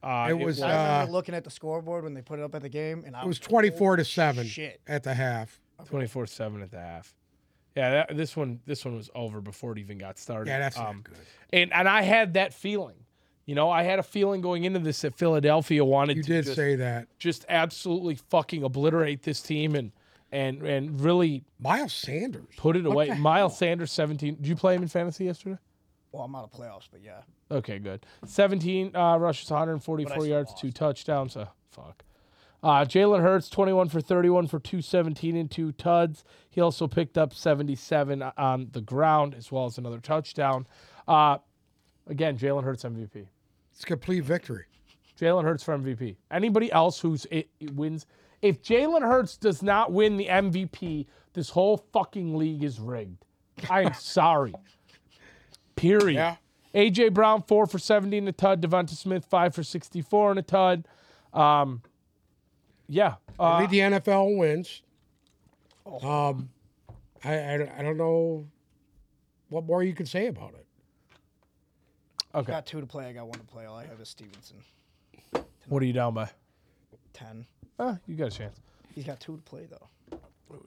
Speaker 1: Uh,
Speaker 2: It was,
Speaker 3: I
Speaker 2: uh,
Speaker 3: remember looking at the scoreboard when they put it up at the game, and I
Speaker 2: It was
Speaker 3: like,
Speaker 2: twenty four to
Speaker 3: "Holy
Speaker 2: seven
Speaker 3: Shit.
Speaker 2: at the half.
Speaker 1: 24 7 at the half. Yeah, that, this one this one was over before it even got started.
Speaker 2: Yeah, that's
Speaker 1: Um,
Speaker 2: not good.
Speaker 1: and and I had that feeling. You know, I had a feeling going into this that Philadelphia wanted
Speaker 2: You
Speaker 1: to
Speaker 2: did
Speaker 1: just,
Speaker 2: say that.
Speaker 1: just absolutely fucking obliterate this team and and and really
Speaker 2: Miles Sanders.
Speaker 1: put it
Speaker 2: What
Speaker 1: away.
Speaker 2: the
Speaker 1: Miles Sanders 17. Did you play him in fantasy yesterday?
Speaker 3: Well, I'm out of playoffs, but yeah.
Speaker 1: Okay, good. 17 uh, rushes, 144
Speaker 3: still
Speaker 1: yards,
Speaker 3: lost.
Speaker 1: two touchdowns. Uh, fuck. Uh, Jalen Hurts, 21 for 31 for 217 and two tuds. He also picked up 77 on the ground as well as another touchdown. Uh, again, Jalen Hurts MVP.
Speaker 2: It's complete victory.
Speaker 1: Jalen Hurts for MVP. Anybody else who's it, it wins, if Jalen Hurts does not win the MVP, this whole fucking league is rigged. I am sorry. Period.
Speaker 2: Yeah.
Speaker 1: AJ Brown four for seventy and a tud. Devonta Smith five for sixty-four and a tud. Um, yeah. Uh, Oh.
Speaker 2: Lead the NFL wins. Um, I, I I don't know what more you could say about it.
Speaker 3: I
Speaker 1: okay.
Speaker 3: got two to play. I got one to play. All I have is Stevenson.
Speaker 1: What are you down by?
Speaker 3: 10.
Speaker 1: Uh, you got a chance.
Speaker 3: He's got two to play, though.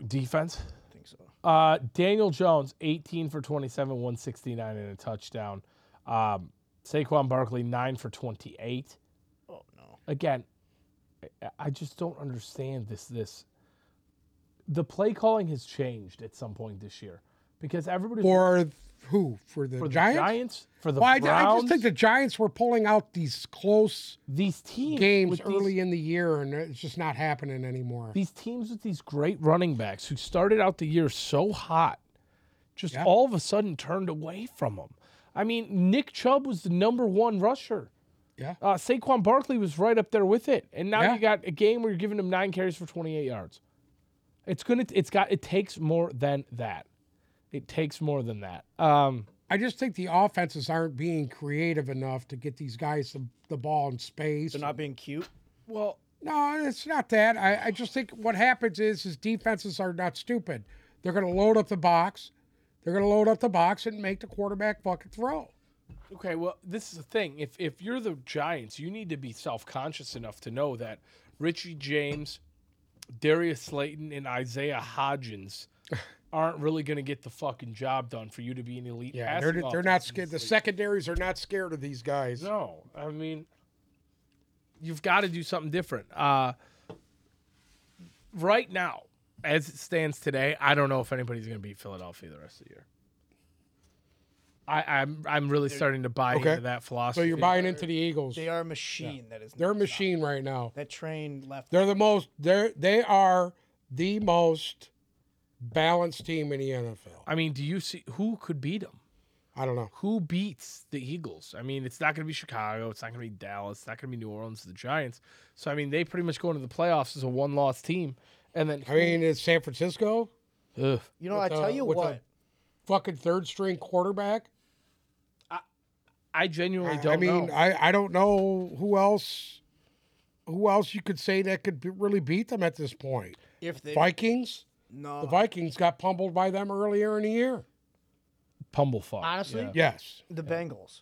Speaker 1: Defense.
Speaker 3: I think so.
Speaker 1: Uh, Daniel Jones, 18 for 27, 169 and a touchdown. Um, Saquon Barkley, 9 for 28.
Speaker 3: Oh, no.
Speaker 1: Again, I- I just don't understand this. This the play calling has changed at some point this year because everybody
Speaker 2: For who? For the
Speaker 1: for the
Speaker 2: Giants?
Speaker 1: for the
Speaker 2: Well, I, I
Speaker 1: Browns,
Speaker 2: just think the Giants were pulling out these close
Speaker 1: these teams
Speaker 2: games
Speaker 1: with these-
Speaker 2: early in the year, and it's just not happening anymore.
Speaker 1: these teams with these great running backs who started out the year so hot just
Speaker 2: Yeah.
Speaker 1: all of a sudden turned away from them. I mean, Nick Chubb was the number one rusher.
Speaker 2: Yeah.
Speaker 1: Uh, Saquon Barkley was right up there with it, and now
Speaker 2: Yeah.
Speaker 1: you got a game where you're giving him nine carries for 28 yards. It's gonna. It's got. It takes more than that. It takes more than that. Um,
Speaker 2: I just think the offenses aren't being creative enough to get these guys the, the ball in space.
Speaker 3: They're not being cute.
Speaker 1: well,
Speaker 2: No, it's not that. I, I just think what happens is is defenses are not stupid. They're going to load up the box. They're going to load up the box and make the quarterback fucking throw.
Speaker 1: Okay, well, this is the thing. If if you're the Giants, you need to be self conscious enough to know that Richie James, Darius Slayton, and Isaiah Hodgins aren't really going to get the fucking job done for you to be an elite.
Speaker 2: Yeah,
Speaker 1: passing
Speaker 2: they're, they're
Speaker 1: offense
Speaker 2: not
Speaker 1: in
Speaker 2: scared. The
Speaker 1: this
Speaker 2: secondaries are not scared of these guys.
Speaker 1: league. No, I mean, you've got to do something different. Uh, right now, as it stands today, I don't know if anybody's going to beat Philadelphia the rest of the year. I, I'm I'm really starting to buy
Speaker 2: Okay.
Speaker 1: into that philosophy.
Speaker 2: So you're buying into the Eagles.
Speaker 3: They are a machine that is.
Speaker 2: They're a
Speaker 3: nonstop.
Speaker 2: machine right now.
Speaker 3: That train left.
Speaker 2: They're the most. They're they are the most balanced team in the NFL.
Speaker 1: I mean, do you see who could beat them?
Speaker 2: I don't know.
Speaker 1: Who beats the Eagles? I mean, it's not going to be Chicago. It's not going to be Dallas. It's not going to be New Orleans. The Giants. So I mean, they pretty much go into the playoffs as a one-loss team, and then
Speaker 2: I mean, it's San Francisco.
Speaker 1: Ugh.
Speaker 3: You know, I
Speaker 2: with, uh,
Speaker 3: tell you
Speaker 2: with, uh,
Speaker 3: what.
Speaker 2: Fucking third string quarterback.
Speaker 1: I genuinely
Speaker 2: I
Speaker 1: don't
Speaker 2: mean,
Speaker 1: know.
Speaker 2: I, I don't know who else who else you could say that could be, really beat them at this point.
Speaker 3: If they Uh-huh.
Speaker 2: Vikings.
Speaker 3: no,
Speaker 2: The Vikings got pummeled by them earlier in the year.
Speaker 1: Pumblefuck.
Speaker 3: Honestly?
Speaker 1: Yeah.
Speaker 2: Yes.
Speaker 3: the Bengals.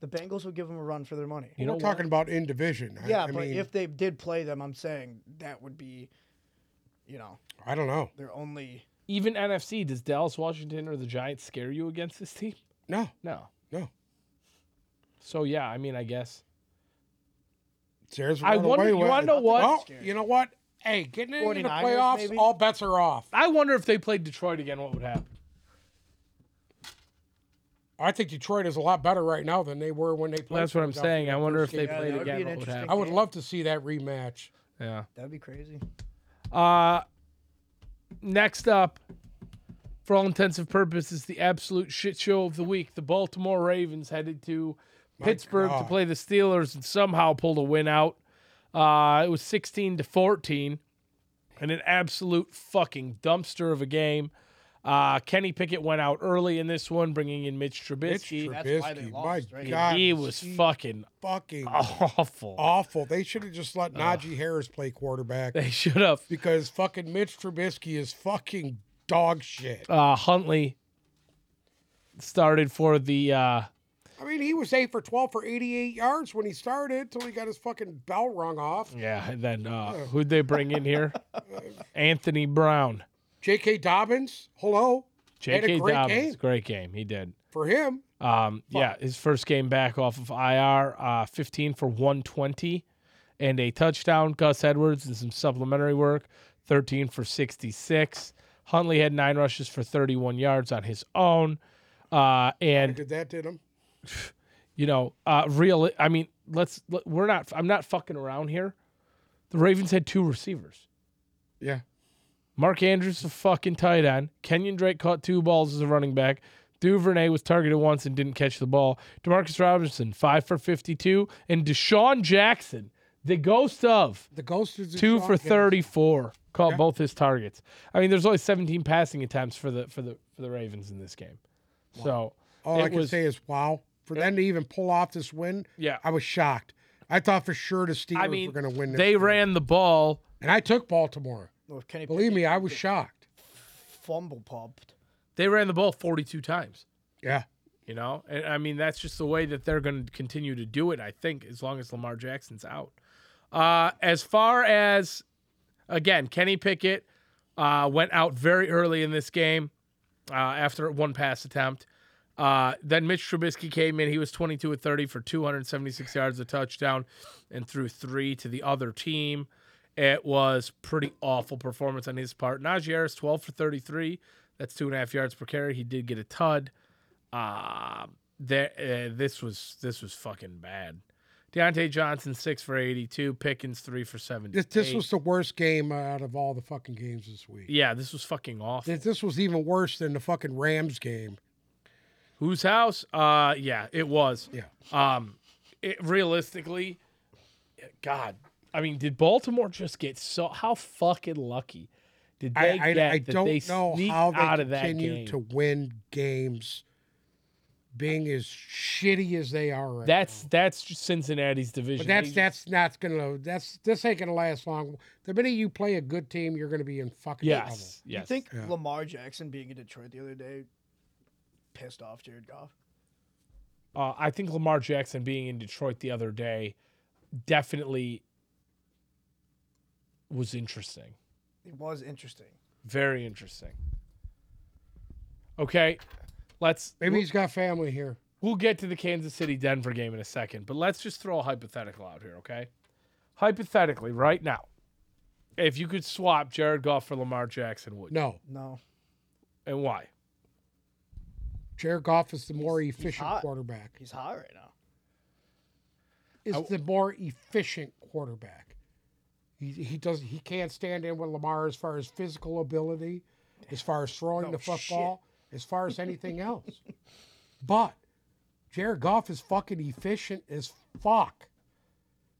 Speaker 3: The Bengals will give them a run for their money.
Speaker 1: You know
Speaker 2: We're
Speaker 1: what?
Speaker 2: talking about in division. I-
Speaker 3: yeah,
Speaker 2: I,
Speaker 3: but
Speaker 2: mean,
Speaker 3: if they did play them, I'm saying that would be, you know,
Speaker 2: I don't know.
Speaker 3: their only.
Speaker 1: Even NFC, does Dallas, Washington, or the Giants scare you against this team?
Speaker 2: No,
Speaker 1: No.
Speaker 2: No.
Speaker 1: So yeah, I mean, I guess
Speaker 2: there's.
Speaker 1: I
Speaker 2: run
Speaker 1: wonder-
Speaker 2: away
Speaker 1: you
Speaker 2: with
Speaker 1: wanna
Speaker 2: it.
Speaker 1: know what?
Speaker 2: Well, you know what? Hey, getting into the
Speaker 3: 49ers,
Speaker 2: playoffs,
Speaker 3: maybe?
Speaker 2: all bets are off.
Speaker 1: I wonder if they played Detroit again, what would happen?
Speaker 2: I think Detroit is a lot better right now than they were when they played.
Speaker 1: That's what I'm
Speaker 2: Philadelphia
Speaker 1: saying. I
Speaker 2: that
Speaker 1: wonder if
Speaker 2: first
Speaker 1: they
Speaker 2: game.
Speaker 3: Yeah,
Speaker 1: played
Speaker 3: that would be
Speaker 1: again, what
Speaker 3: an
Speaker 1: would
Speaker 3: interesting
Speaker 1: happen?
Speaker 2: I would love to see that rematch.
Speaker 1: Yeah.
Speaker 3: That'd be crazy.
Speaker 1: Uh, next up, for all intents and purposes, the absolute shit show of the week. The Baltimore Ravens headed to Pittsburgh to
Speaker 2: God.
Speaker 1: play the Steelers and somehow pulled a win out. Uh, it was 16 to 14 and an absolute fucking dumpster of a game. Uh, Kenny Pickett went out early in this one, bringing in Mitch
Speaker 2: It's
Speaker 1: Trubisky.
Speaker 3: That's why they
Speaker 2: Trubisky.
Speaker 3: lost,
Speaker 2: My
Speaker 3: right?
Speaker 2: God,
Speaker 1: he was
Speaker 2: he's
Speaker 1: fucking
Speaker 2: fucking
Speaker 1: awful.
Speaker 2: awful. They should have just let Najee Harris play quarterback
Speaker 1: They should have.
Speaker 2: because fucking Mitch Trubisky is fucking dog shit.
Speaker 1: Uh, Huntley started for the. Uh,
Speaker 2: I mean, he was eight for twelve for eighty-eight yards when he started till he got his fucking bell rung off.
Speaker 1: Yeah, and then uh,
Speaker 2: Oh.
Speaker 1: who'd they bring in here? Anthony Brown.
Speaker 2: J.K. Dobbins, hello Had a
Speaker 1: J.K.
Speaker 2: great
Speaker 1: Dobbins,
Speaker 2: game.
Speaker 1: great game. He did.
Speaker 2: for him.
Speaker 1: Um, yeah, his first game back off of IR, uh, 15 for 120 and a touchdown. Gus Edwards and some supplementary work, 13 for 66. Huntley had nine rushes for 31 yards on his own. Uh, and
Speaker 2: Did that did him?
Speaker 1: you know, uh, real. I mean, let's. let- We're not. I'm not fucking around here. The Ravens had two receivers.
Speaker 2: Yeah.
Speaker 1: Mark Andrews is a fucking tight end. Kenyon Drake caught two balls as a running back. Duvernay was targeted once and didn't catch the ball. Demarcus Robinson five for 52, and Deshaun Jackson, the ghost of
Speaker 2: The ghost is
Speaker 1: two
Speaker 2: Deshaun
Speaker 1: for
Speaker 2: Jackson.
Speaker 1: 34, caught both his targets. I mean, there's only 17 passing attempts for the for the for the Ravens in this game. So
Speaker 2: All I
Speaker 1: It
Speaker 2: can
Speaker 1: was-
Speaker 2: say is wow. For them to even pull off this win,
Speaker 1: Yeah.
Speaker 2: I was shocked. I thought for sure the Steelers
Speaker 1: I mean,
Speaker 2: were going to win. This
Speaker 1: they
Speaker 2: game.
Speaker 1: ran the ball.
Speaker 2: and I took Baltimore.
Speaker 3: Well, Kenny
Speaker 2: Believe me, I was shocked.
Speaker 3: fumble pumped.
Speaker 1: They ran the ball 42 times.
Speaker 2: Yeah,
Speaker 1: You know, and I mean that's just the way that they're going to continue to do it. I think as long as Lamar Jackson's out. Uh, as far as again, Kenny Pickett uh, went out very early in this game uh, after one pass attempt. Uh, then Mitch Trubisky came in. He was 22 at 30 for 276 yards, a touchdown, and threw three to the other team. It was pretty awful performance on his part. Najee Harris 12 for 33. That's two and a half yards per carry. He did get a tud. Uh, there, uh, this was this was fucking bad. Deontay Johnson six for eighty-two. Pickens three for seventy.
Speaker 2: this, this was the worst game out of all the fucking games this week.
Speaker 1: yeah. This was fucking awful.
Speaker 2: This, this was even worse than the fucking Rams game.
Speaker 1: Whose house? Uh, yeah, it was.
Speaker 2: Yeah.
Speaker 1: Um, it realistically, God, I mean, did Baltimore just get so? How fucking lucky did they
Speaker 2: I,
Speaker 1: get
Speaker 2: I, I
Speaker 1: that
Speaker 2: don't
Speaker 1: they
Speaker 2: know
Speaker 1: sneaked
Speaker 2: how they
Speaker 1: out of that
Speaker 2: continue
Speaker 1: game?
Speaker 2: to win games, being as shitty as they are. Right
Speaker 1: that's that's just Cincinnati's division.
Speaker 2: But that's
Speaker 1: They-
Speaker 2: that's not gonna that's this ain't gonna last long. The minute you play a good team, you're gonna be in fucking trouble.
Speaker 1: yes, yes.
Speaker 3: You think
Speaker 2: Yeah.
Speaker 3: Lamar Jackson being in Detroit the other day pissed off Jared Goff?
Speaker 1: Uh, I think Lamar Jackson being in Detroit the other day definitely was interesting.
Speaker 3: It was interesting.
Speaker 1: Very interesting. Okay, let's.
Speaker 2: Maybe he's got family here.
Speaker 1: We'll get to the Kansas City Denver game in a second, but let's just throw a hypothetical out here, okay? Hypothetically, right now, if you could swap Jared Goff for Lamar Jackson, would you?
Speaker 2: No,
Speaker 3: No,
Speaker 1: And why?
Speaker 2: Jared Goff is the more
Speaker 3: He's- he's
Speaker 2: efficient
Speaker 3: hot.
Speaker 2: quarterback.
Speaker 3: he's hot right now.
Speaker 2: Is the more efficient quarterback. He he does he can't stand in with Lamar as far as physical ability, as far as throwing
Speaker 3: No
Speaker 2: the football, as far as anything else. but Jared Goff is fucking efficient as fuck.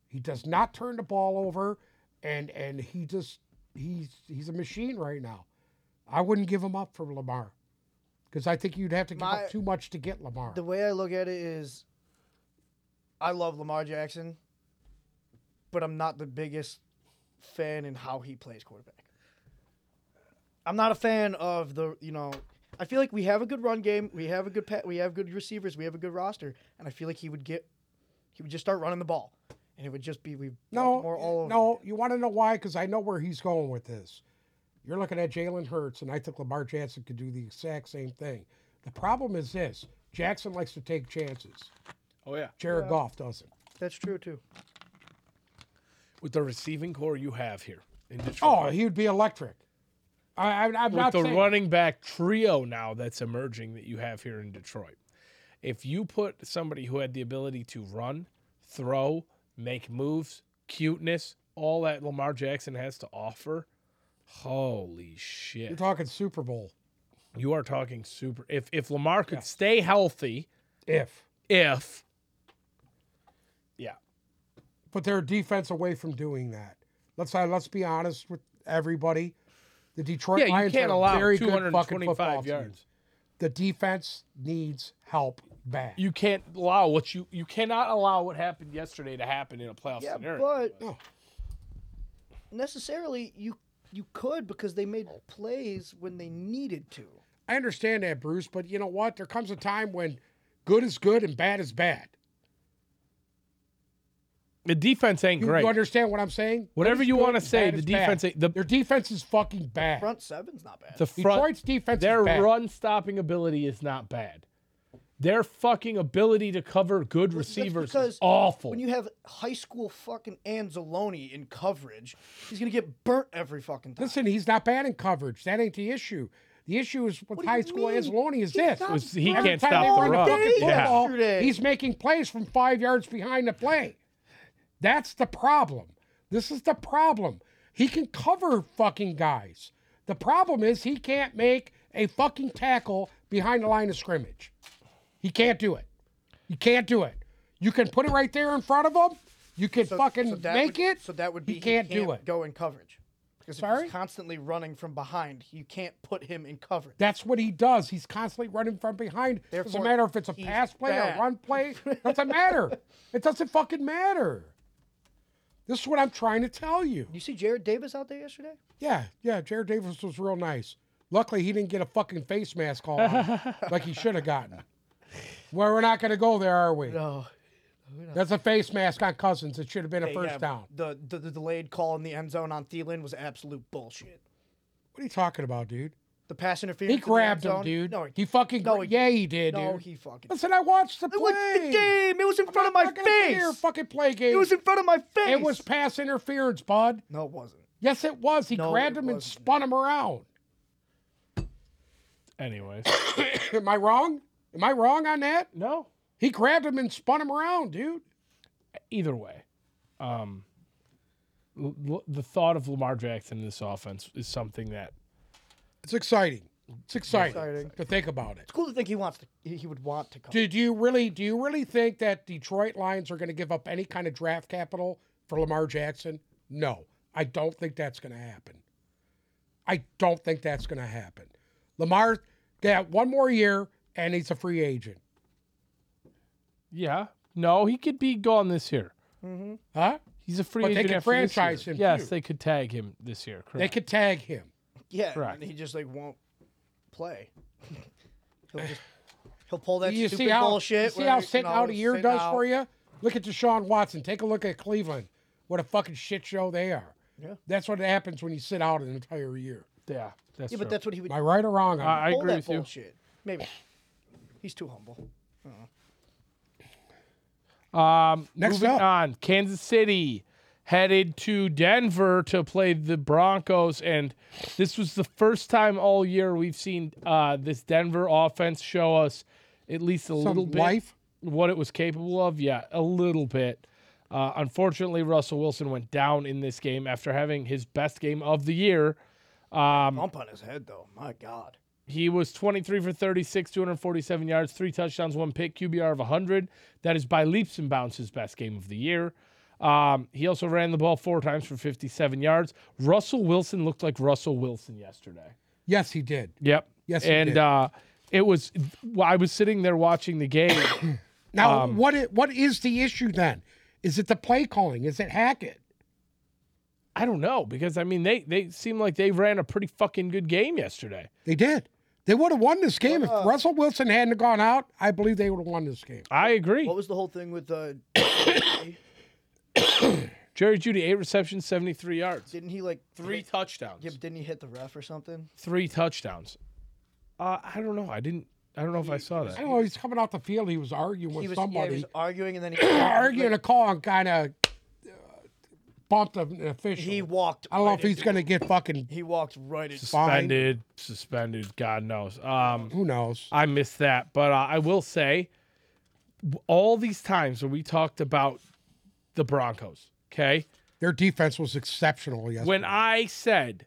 Speaker 2: He does not turn the ball over, and and he just he's he's a machine right now. I wouldn't give him up for Lamar, because I think you'd have to give
Speaker 3: My-
Speaker 2: up too much to get Lamar.
Speaker 3: The way I look at it is, I love Lamar Jackson, but I'm not the biggest fan in how he plays quarterback. I'm not a fan of the you know. I feel like we have a good run game. We have a good pet. We have good receivers. We have a good roster, and I feel like he would get. He would just start running the ball, and it would just be we
Speaker 2: No,
Speaker 3: more all over.
Speaker 2: no. You want to know why? Because I know where he's going with this. You're looking at Jalen Hurts, and I think Lamar Jackson could do the exact same thing. The problem is this: Jackson likes to take chances.
Speaker 1: Oh yeah.
Speaker 2: Jared Goff doesn't.
Speaker 3: That's true too.
Speaker 1: With the receiving core you have here in Detroit.
Speaker 2: Oh, he would be electric. I, I, I'm
Speaker 1: with
Speaker 2: not
Speaker 1: the
Speaker 2: saying.
Speaker 1: running back trio now that's emerging that you have here in Detroit. If you put somebody who had the ability to run, throw, make moves, cuteness, all that Lamar Jackson has to offer, holy
Speaker 2: You're
Speaker 1: shit.
Speaker 2: talking Super Bowl.
Speaker 1: You are talking super if if Lamar could stay healthy,
Speaker 2: If
Speaker 1: if
Speaker 2: put their defense away from doing that. Let's uh, let's be honest with everybody. The Detroit
Speaker 1: yeah, you
Speaker 2: Lions
Speaker 1: can't
Speaker 2: are a
Speaker 1: allow
Speaker 2: very good fucking
Speaker 1: 225
Speaker 2: football
Speaker 1: yards.
Speaker 2: team. The defense needs help bad.
Speaker 1: You can't allow what you you cannot allow what happened yesterday to happen in a playoff
Speaker 3: Yeah,
Speaker 1: scenario.
Speaker 3: but
Speaker 2: No.
Speaker 3: necessarily you you could because they made plays when they needed to.
Speaker 2: I understand that, Bruce, but you know what? There comes a time when good is good and bad is bad.
Speaker 1: the defense ain't
Speaker 2: You,
Speaker 1: great.
Speaker 2: you understand what I'm saying? Good
Speaker 1: Whatever
Speaker 2: is
Speaker 1: you
Speaker 2: good
Speaker 1: wanna
Speaker 2: and
Speaker 1: say,
Speaker 2: bad
Speaker 1: the
Speaker 2: is
Speaker 1: defense
Speaker 2: bad.
Speaker 1: ain't- the-
Speaker 2: their defense is fucking bad.
Speaker 3: Front seven's not bad.
Speaker 1: the front
Speaker 2: Detroit's defense
Speaker 1: Their
Speaker 2: is bad.
Speaker 1: run stopping ability is not bad. Their fucking ability to cover good
Speaker 3: That's
Speaker 1: receivers
Speaker 3: because
Speaker 1: is awful.
Speaker 3: When you have high school fucking Anzalone in coverage, he's gonna get burnt every fucking time.
Speaker 2: Listen, he's not bad in coverage. That ain't the issue. The issue is with
Speaker 3: What do
Speaker 2: high
Speaker 3: you
Speaker 2: school
Speaker 3: mean?
Speaker 2: Anzalone is
Speaker 3: He
Speaker 2: this.
Speaker 3: got
Speaker 1: Was- he
Speaker 3: burnt
Speaker 1: can't
Speaker 2: Every
Speaker 1: stop
Speaker 2: time
Speaker 1: the
Speaker 2: they run
Speaker 1: run.
Speaker 2: the fucking
Speaker 1: Yeah.
Speaker 2: football,
Speaker 3: Yesterday.
Speaker 2: he's making plays from five yards behind the play. That's the problem. This is the problem. He can cover fucking guys. The problem is he can't make a fucking tackle behind the line of scrimmage. He can't do it. You can't do it. You can put it right there in front of him. You can fucking
Speaker 3: that
Speaker 2: make
Speaker 3: would-
Speaker 2: it.
Speaker 3: So that would be
Speaker 2: he can't, do it.
Speaker 3: Go in coverage. Because if
Speaker 2: Sorry?
Speaker 3: he's constantly running from behind, you can't put him in coverage.
Speaker 2: That's what he does. He's constantly running from behind. doesn't
Speaker 3: Therefore,
Speaker 2: matter if it's a
Speaker 3: he's
Speaker 2: pass play
Speaker 3: bad.
Speaker 2: or run play. Doesn't matter. it doesn't fucking matter. This is what I'm trying to tell you.
Speaker 3: you see Jared Davis out there yesterday?
Speaker 2: Yeah, yeah. Jared Davis was real nice. Luckily, he didn't get a fucking face mask on like he should have gotten. Well, we're not going to go there, are we?
Speaker 3: No.
Speaker 2: That's a face mask on Cousins. It should have been a first down.
Speaker 3: The, the the delayed call in the end zone on Thielen was absolute bullshit.
Speaker 2: What are you talking about, dude?
Speaker 3: The pass interference.
Speaker 2: He
Speaker 3: in the end
Speaker 2: grabbed him,
Speaker 3: zone-
Speaker 2: dude.
Speaker 3: No,
Speaker 2: he fucking.
Speaker 3: no,
Speaker 2: gra-
Speaker 3: he-
Speaker 2: yeah, he did,
Speaker 3: no,
Speaker 2: dude.
Speaker 3: he fucking.
Speaker 2: Listen, I watched the
Speaker 3: I
Speaker 2: play.
Speaker 3: watched the game. It was in front of
Speaker 2: I'm
Speaker 3: my
Speaker 2: not gonna sit here and
Speaker 3: face.
Speaker 2: fucking play games.
Speaker 3: It was in front of my face.
Speaker 2: It was pass interference, bud.
Speaker 3: No, it wasn't.
Speaker 2: Yes, it was. He
Speaker 3: No,
Speaker 2: grabbed
Speaker 3: it
Speaker 2: him and
Speaker 3: wasn't.
Speaker 2: spun him around.
Speaker 1: Anyways,
Speaker 2: Am I wrong? Am I wrong on that?
Speaker 1: no.
Speaker 2: He grabbed him and spun him around, dude.
Speaker 1: Either way, um, l- l- the thought of Lamar Jackson in this offense is something that
Speaker 2: It's exciting. It's exciting,
Speaker 3: Exciting.
Speaker 2: to think about it.
Speaker 3: It's cool to think he wants to. He, he would want to come.
Speaker 2: Do, do you really do you really think that Detroit Lions are going to give up any kind of draft capital for Lamar Jackson? No. I don't think that's going to happen. I don't think that's going to happen. Lamar got one more year and he's a free agent.
Speaker 1: yeah, no, he could be gone this year.
Speaker 2: Huh?
Speaker 1: He's a free
Speaker 2: But they
Speaker 1: agent.
Speaker 2: could
Speaker 1: after this year.
Speaker 2: franchise him,
Speaker 1: Yes,
Speaker 2: too.
Speaker 1: they could tag him this year. Correct.
Speaker 2: They could tag him.
Speaker 3: Yeah,
Speaker 1: Correct.
Speaker 3: and he just like won't play. he'll just he'll pull that
Speaker 2: you
Speaker 3: stupid
Speaker 2: see how,
Speaker 3: bullshit.
Speaker 2: You see
Speaker 3: where,
Speaker 2: how
Speaker 3: you
Speaker 2: sitting
Speaker 3: know,
Speaker 2: out a year
Speaker 3: sitting
Speaker 2: does
Speaker 3: out.
Speaker 2: for you? Look at Deshaun Watson. Take a look at Cleveland. What a fucking shit show they are.
Speaker 3: Yeah.
Speaker 2: That's what happens when you sit out an entire year.
Speaker 1: Yeah, that's
Speaker 3: Yeah,
Speaker 1: true.
Speaker 3: but that's what he would
Speaker 2: Am I right or wrong? on
Speaker 1: I, I
Speaker 3: pull
Speaker 1: agree
Speaker 3: that
Speaker 1: with you.
Speaker 3: bullshit. Maybe he's too humble.
Speaker 1: Um,
Speaker 2: Next
Speaker 1: moving
Speaker 2: up.
Speaker 1: on, Kansas City headed to Denver to play the Broncos, and this was the first time all year we've seen uh, this Denver offense show us at least a
Speaker 2: that?
Speaker 1: little
Speaker 2: Some
Speaker 1: bit
Speaker 2: life?
Speaker 1: what it was capable of. Yeah, a little bit. Uh, unfortunately, Russell Wilson went down in this game after having his best game of the year.
Speaker 2: Um,
Speaker 3: Bump on his head though. My God.
Speaker 1: He was 23 for 36, 247 yards, three touchdowns, one pick, QBR of 100. That is by leaps and bounds his best game of the year. Um, he also ran the ball four times for 57 yards. Russell Wilson looked like Russell Wilson yesterday.
Speaker 2: Yes, he did.
Speaker 1: Yep.
Speaker 2: Yes, he
Speaker 1: And
Speaker 2: did.
Speaker 1: uh, it was, well, I was sitting there watching the game.
Speaker 2: Now, what i- what is the issue then? Is it the play calling? Is it Hackett?
Speaker 1: I don't know because I mean they they seem like they ran a pretty fucking good game yesterday.
Speaker 2: They did. They would have won this game if Russell Wilson hadn't gone out. I believe they would have won this game.
Speaker 1: I agree.
Speaker 4: What was the whole thing with uh
Speaker 1: Jerry Judy, eight receptions, 73 yards,
Speaker 4: didn't he like
Speaker 1: three
Speaker 4: hit-
Speaker 1: touchdowns,
Speaker 4: yeah, but didn't he hit the ref or something?
Speaker 1: three touchdowns. Uh, I don't know. I didn't. I don't know if I saw
Speaker 2: I
Speaker 1: that.
Speaker 2: don't know. He's coming off the field. He was arguing with
Speaker 4: He was, yeah,
Speaker 2: somebody.
Speaker 4: he was arguing and then he
Speaker 2: arguing a call and kind of bumped an official.
Speaker 4: He walked.
Speaker 2: I don't know
Speaker 4: right
Speaker 2: if he's
Speaker 4: into-
Speaker 2: going to get fucking.
Speaker 4: He walked right into.
Speaker 1: Suspended, suspended. God knows. Um,
Speaker 2: Who knows?
Speaker 1: I missed that, but uh, I will say, w- all these times when we talked about the Broncos, okay,
Speaker 2: Their defense was exceptional yesterday.
Speaker 1: when I said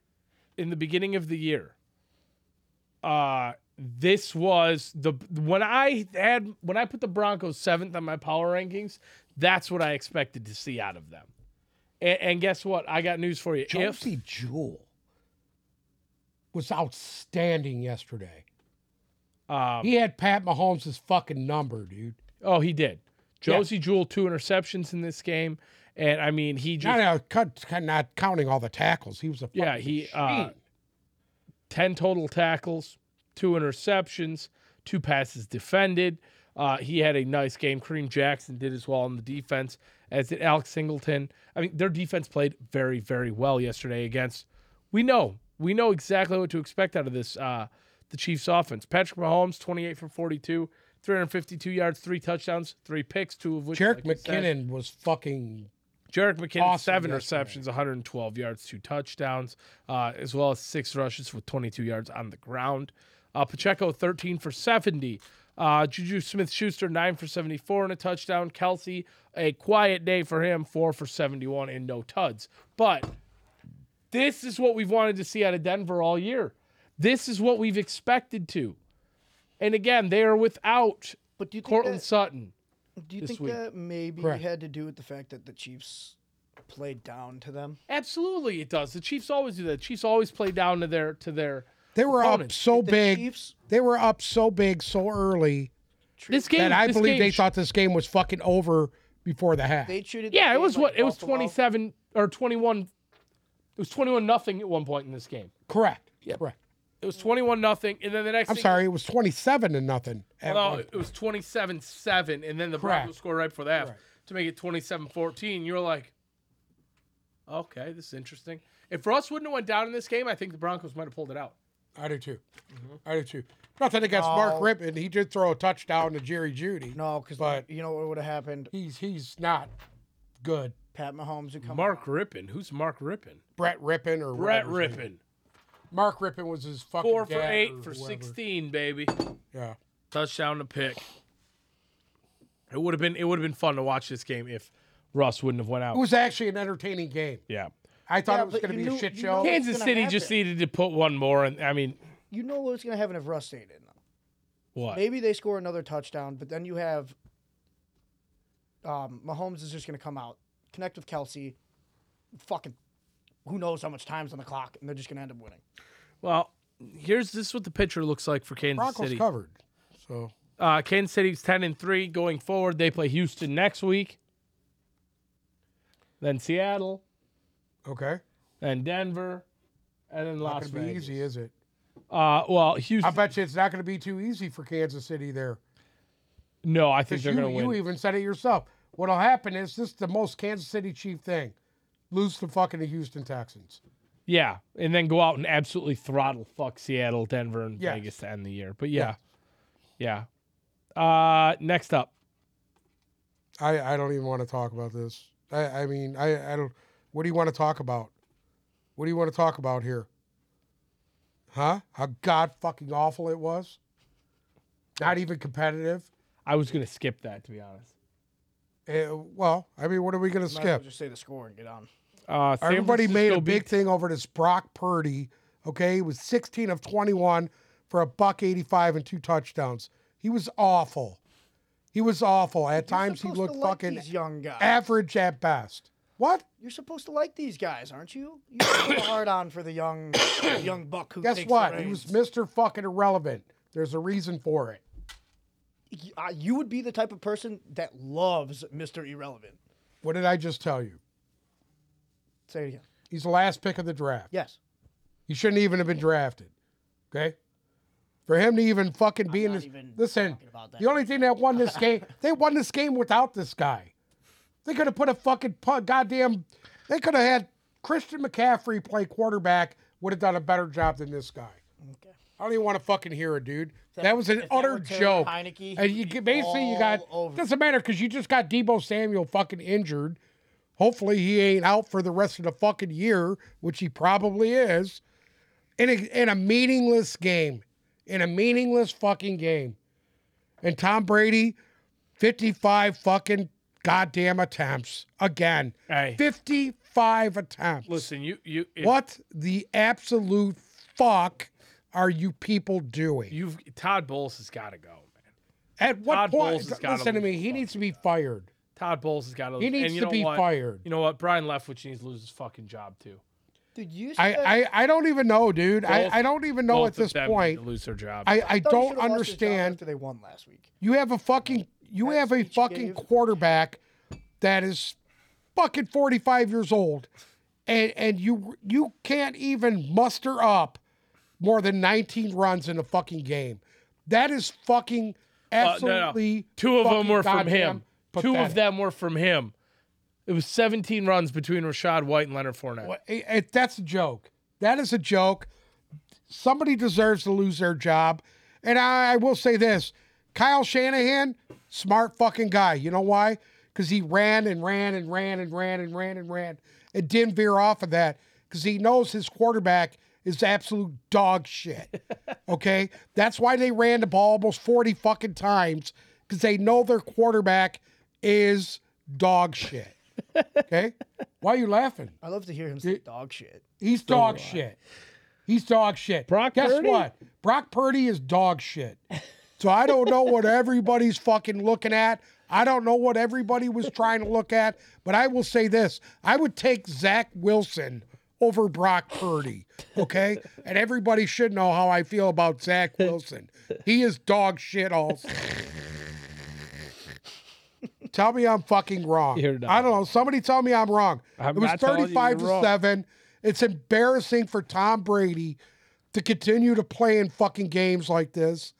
Speaker 1: in the beginning of the year, uh, this was the when I had when I put the Broncos seventh on my power rankings, that's what I expected to see out of them. And, and guess what? I got news for you. If
Speaker 2: Josie Jewel was outstanding yesterday.
Speaker 1: um,
Speaker 2: He had Pat Mahomes' fucking number, dude.
Speaker 1: oh, he did. Josie Jewell two interceptions in this game, and I mean he just
Speaker 2: Not, out- cut, cut- not counting all the tackles. He was a fucking
Speaker 1: Yeah, he, uh,
Speaker 2: machine.
Speaker 1: 10 total tackles, two interceptions, two passes defended. Uh, he had a nice game. Kareem Jackson did as well on the defense, as did Alex Singleton. I mean, their defense played very, very well yesterday against. We know, we know exactly what to expect out of this. Uh, the Chiefs' offense. Patrick Mahomes, 28 for 42, 352 yards, three touchdowns, three picks, two of which.
Speaker 2: Jarek
Speaker 1: like we said-
Speaker 2: McKinnon was fucking
Speaker 1: Jarek McKinnon,
Speaker 2: Awesome
Speaker 1: seven
Speaker 2: yesterday.
Speaker 1: receptions, 112 yards, two touchdowns, uh, as well as six rushes with 22 yards on the ground. Uh, Pacheco, 13 for 70. Uh, Juju Smith Schuster, 9 for 74 and a touchdown. Kelsey, a quiet day for him, 4 for 71 and no tuds. But this is what we've wanted to see out of Denver all year. This is what we've expected to. And again, they are without
Speaker 4: But do you think
Speaker 1: Cortland
Speaker 4: that,
Speaker 1: Sutton.
Speaker 4: do you
Speaker 1: this
Speaker 4: think
Speaker 1: week.
Speaker 4: that maybe
Speaker 2: Correct.
Speaker 4: had to do with the fact that the Chiefs played down to them?
Speaker 1: Absolutely, it does. The Chiefs always do that. Chiefs always play down to their to their.
Speaker 2: They were up
Speaker 1: opponents.
Speaker 2: so
Speaker 4: The
Speaker 2: Oh, big.
Speaker 4: Chiefs-
Speaker 2: They were up so big so early
Speaker 1: This game,
Speaker 2: that I
Speaker 1: this
Speaker 2: believe
Speaker 1: game
Speaker 2: they
Speaker 1: sh-
Speaker 2: thought this game was fucking over before the half.
Speaker 4: They treated. the
Speaker 1: Yeah, it
Speaker 4: game
Speaker 1: was
Speaker 4: like
Speaker 1: what it was
Speaker 4: Buffalo.
Speaker 1: twenty seven or twenty one. It was twenty one nothing at one point in this game.
Speaker 2: correct. Correct.
Speaker 1: It was twenty one nothing, and then the next.
Speaker 2: I'm
Speaker 1: thing-
Speaker 2: sorry, it was 27 to nothing. at
Speaker 1: No,
Speaker 2: one.
Speaker 1: it was twenty seven seven, and then the
Speaker 2: Correct.
Speaker 1: Broncos scored right before the half to make it 27-14. You're like, okay, this is interesting. If Russ wouldn't have went down in this game, I think the Broncos might have pulled it out.
Speaker 2: I do too. I do too. Nothing against Mark
Speaker 4: No.
Speaker 2: Rippon. He did throw a touchdown to Jerry Judy.
Speaker 4: Oh. No, because
Speaker 2: But-
Speaker 4: you know what would have happened?
Speaker 2: He's he's not good.
Speaker 4: Pat Mahomes would come.
Speaker 1: Mark Rippon, who's Mark Rippon?
Speaker 2: Brett Rippon or
Speaker 1: Brett
Speaker 2: whatever his name-
Speaker 1: Rippon,
Speaker 2: Mark Rippon was his fucking
Speaker 1: four for
Speaker 2: dad
Speaker 1: eight
Speaker 2: or
Speaker 1: for
Speaker 2: whoever.
Speaker 1: sixteen, baby.
Speaker 2: Yeah.
Speaker 1: touchdown to pick. It would have been it would have been fun to watch this game if Russ wouldn't have went
Speaker 2: It
Speaker 1: out.
Speaker 2: was actually an entertaining game.
Speaker 1: Yeah.
Speaker 2: I thought
Speaker 4: Yeah,
Speaker 2: it was
Speaker 4: but
Speaker 2: going to
Speaker 4: you
Speaker 2: be a
Speaker 4: knew-
Speaker 2: shit
Speaker 4: you
Speaker 2: show.
Speaker 4: know-
Speaker 1: Kansas
Speaker 4: gonna
Speaker 1: City just
Speaker 4: happen.
Speaker 1: needed to put one more and I mean
Speaker 4: You know what's going to happen if Russ stayed in though.
Speaker 1: what?
Speaker 4: Maybe they score another touchdown, but then you have um, Mahomes is just going to come out, connect with Kelsey, fucking who knows how much time's on the clock, and they're just going to end up winning.
Speaker 1: Well, here's this is what the picture looks like for Kansas
Speaker 2: Broncos
Speaker 1: City.
Speaker 2: covered. So
Speaker 1: Uh, Kansas City's ten and three going forward. They play Houston next week. Then Seattle,
Speaker 2: okay,
Speaker 1: then Denver, and then
Speaker 2: not
Speaker 1: Las
Speaker 2: going to be
Speaker 1: Vegas.
Speaker 2: easy, is it?
Speaker 1: Uh, well,
Speaker 2: I
Speaker 1: Houston.
Speaker 2: bet you it's not going to be too easy for Kansas City there.
Speaker 1: no, I think
Speaker 2: 'Cause
Speaker 1: they're
Speaker 2: you,
Speaker 1: going to win.
Speaker 2: you even said it yourself. What'll happen is this is the most Kansas City Chief thing: lose to fucking the Houston Texans.
Speaker 1: Yeah, and then go out and absolutely throttle fuck Seattle, Denver, and
Speaker 2: Yes.
Speaker 1: Vegas to end the year. But yeah, yeah. Uh, next up,
Speaker 2: I, I don't even want to talk about this. I, I mean I, I don't. What do you want to talk about? What do you want to talk about here? Huh? How god fucking awful it was. Not even competitive.
Speaker 1: I was gonna skip that to be honest.
Speaker 2: Eh, well, I mean, what are we going to
Speaker 4: Might as well
Speaker 2: skip?
Speaker 4: just say the score and get on.
Speaker 1: Uh, San
Speaker 2: Everybody made
Speaker 1: Francisco
Speaker 2: a big
Speaker 1: beat-
Speaker 2: thing over this Brock Purdy. Okay, he was 16 of 21 for a buck 85 and two touchdowns. He was awful. He was awful. At times, he
Speaker 4: supposed to
Speaker 2: looked
Speaker 4: like
Speaker 2: fucking
Speaker 4: these young guys.
Speaker 2: average at best. What?
Speaker 4: You're supposed to like these guys, aren't you? You're so hard on for the young, the young buck who
Speaker 2: Guess
Speaker 4: takes
Speaker 2: what?
Speaker 4: The
Speaker 2: He was
Speaker 4: reins.
Speaker 2: Mr. Fucking Irrelevant. There's a reason for it.
Speaker 4: Y- uh, You would be the type of person that loves Mr. Irrelevant.
Speaker 2: What did I just tell you?
Speaker 4: Say it again.
Speaker 2: He's the last pick of the draft.
Speaker 4: Yes.
Speaker 2: He shouldn't even have been drafted. Okay? For him to even fucking be in
Speaker 3: not
Speaker 2: this.
Speaker 3: even
Speaker 2: Listen,
Speaker 3: talking about that.
Speaker 2: the only thing that won this game, they won this game without this guy. They could have put a fucking pu- goddamn. They could have had Christian McCaffrey play quarterback. Would have done a better job than this guy. I don't even want to fucking hear it, dude. That, was an
Speaker 3: if that
Speaker 2: utter
Speaker 3: were Taylor
Speaker 2: joke.
Speaker 3: Heineke, he
Speaker 2: and you
Speaker 3: would be
Speaker 2: get- basically you got
Speaker 3: all over.
Speaker 2: doesn't matter because you just got Debo Samuel fucking injured. Hopefully he ain't out for the rest of the fucking year, which he probably is. In a, in a meaningless game, in a meaningless fucking game, and Tom Brady, fifty-five fucking goddamn attempts again.
Speaker 1: Hey.
Speaker 2: Fifty-five attempts.
Speaker 1: Listen, you you if
Speaker 2: What the absolute fuck are you people doing?
Speaker 1: you've Todd Bowles has got to go, man.
Speaker 2: At what
Speaker 1: Todd
Speaker 2: point?
Speaker 1: Bowles has gotta
Speaker 2: listen to
Speaker 1: lose
Speaker 2: me.
Speaker 1: his
Speaker 2: He
Speaker 1: fucking
Speaker 2: needs to be fired.
Speaker 1: Todd Bowles has got to.
Speaker 2: He needs to be fired.
Speaker 1: You know what? Brian Leftwich needs to lose his fucking job too.
Speaker 4: Dude, you used to
Speaker 2: I, I, I don't even know, dude.
Speaker 1: Both-
Speaker 2: I, I don't even know
Speaker 1: Both
Speaker 2: at this
Speaker 1: of them need
Speaker 2: point.
Speaker 1: to lose their job.
Speaker 2: I, I
Speaker 4: thought he
Speaker 2: don't
Speaker 4: should've lost his job
Speaker 2: understand.
Speaker 4: After they won last week.
Speaker 2: You have a fucking you
Speaker 4: That
Speaker 2: have a
Speaker 4: speech he
Speaker 2: fucking
Speaker 4: gave.
Speaker 2: quarterback that is fucking 45 years old and and you you can't even muster up more than 19 runs in a fucking game. That is fucking
Speaker 1: Uh, no, no.
Speaker 2: absolutely
Speaker 1: Two of them
Speaker 2: fucking
Speaker 1: were from
Speaker 2: goddamn
Speaker 1: him. Two
Speaker 2: pathetic.
Speaker 1: of them were from him. It was 17 runs between Rashad White and Leonard Fournette.
Speaker 2: Well, it- it- that's a joke. That is a joke. Somebody deserves to lose their job. And I, I will say this Kyle Shanahan, smart fucking guy. You know why? Because he ran and ran and ran and ran and ran and ran. It didn't veer off of that because he knows his quarterback is absolute dog shit. Okay? That's why they ran the ball almost 40 fucking times because they know their quarterback is dog shit. Okay? Why are you laughing?
Speaker 4: I love to hear him say dog shit.
Speaker 2: He's dog shit. He's dog shit.
Speaker 1: Brock
Speaker 2: Guess
Speaker 1: Purdy?
Speaker 2: what? Brock Purdy is dog shit. So I don't know what everybody's fucking looking at. I don't know what everybody was trying to look at, but I will say this. I would take Zach Wilson over Brock Purdy. Okay? And everybody should know how I feel about Zach Wilson. He is dog shit also. tell me I'm fucking wrong.
Speaker 1: You're not
Speaker 2: I don't know. Somebody tell me I'm wrong.
Speaker 1: I'm
Speaker 2: it was
Speaker 1: not telling you
Speaker 2: 35
Speaker 1: you're
Speaker 2: to
Speaker 1: wrong.
Speaker 2: 7. It's embarrassing for Tom Brady to continue to play in fucking games like this.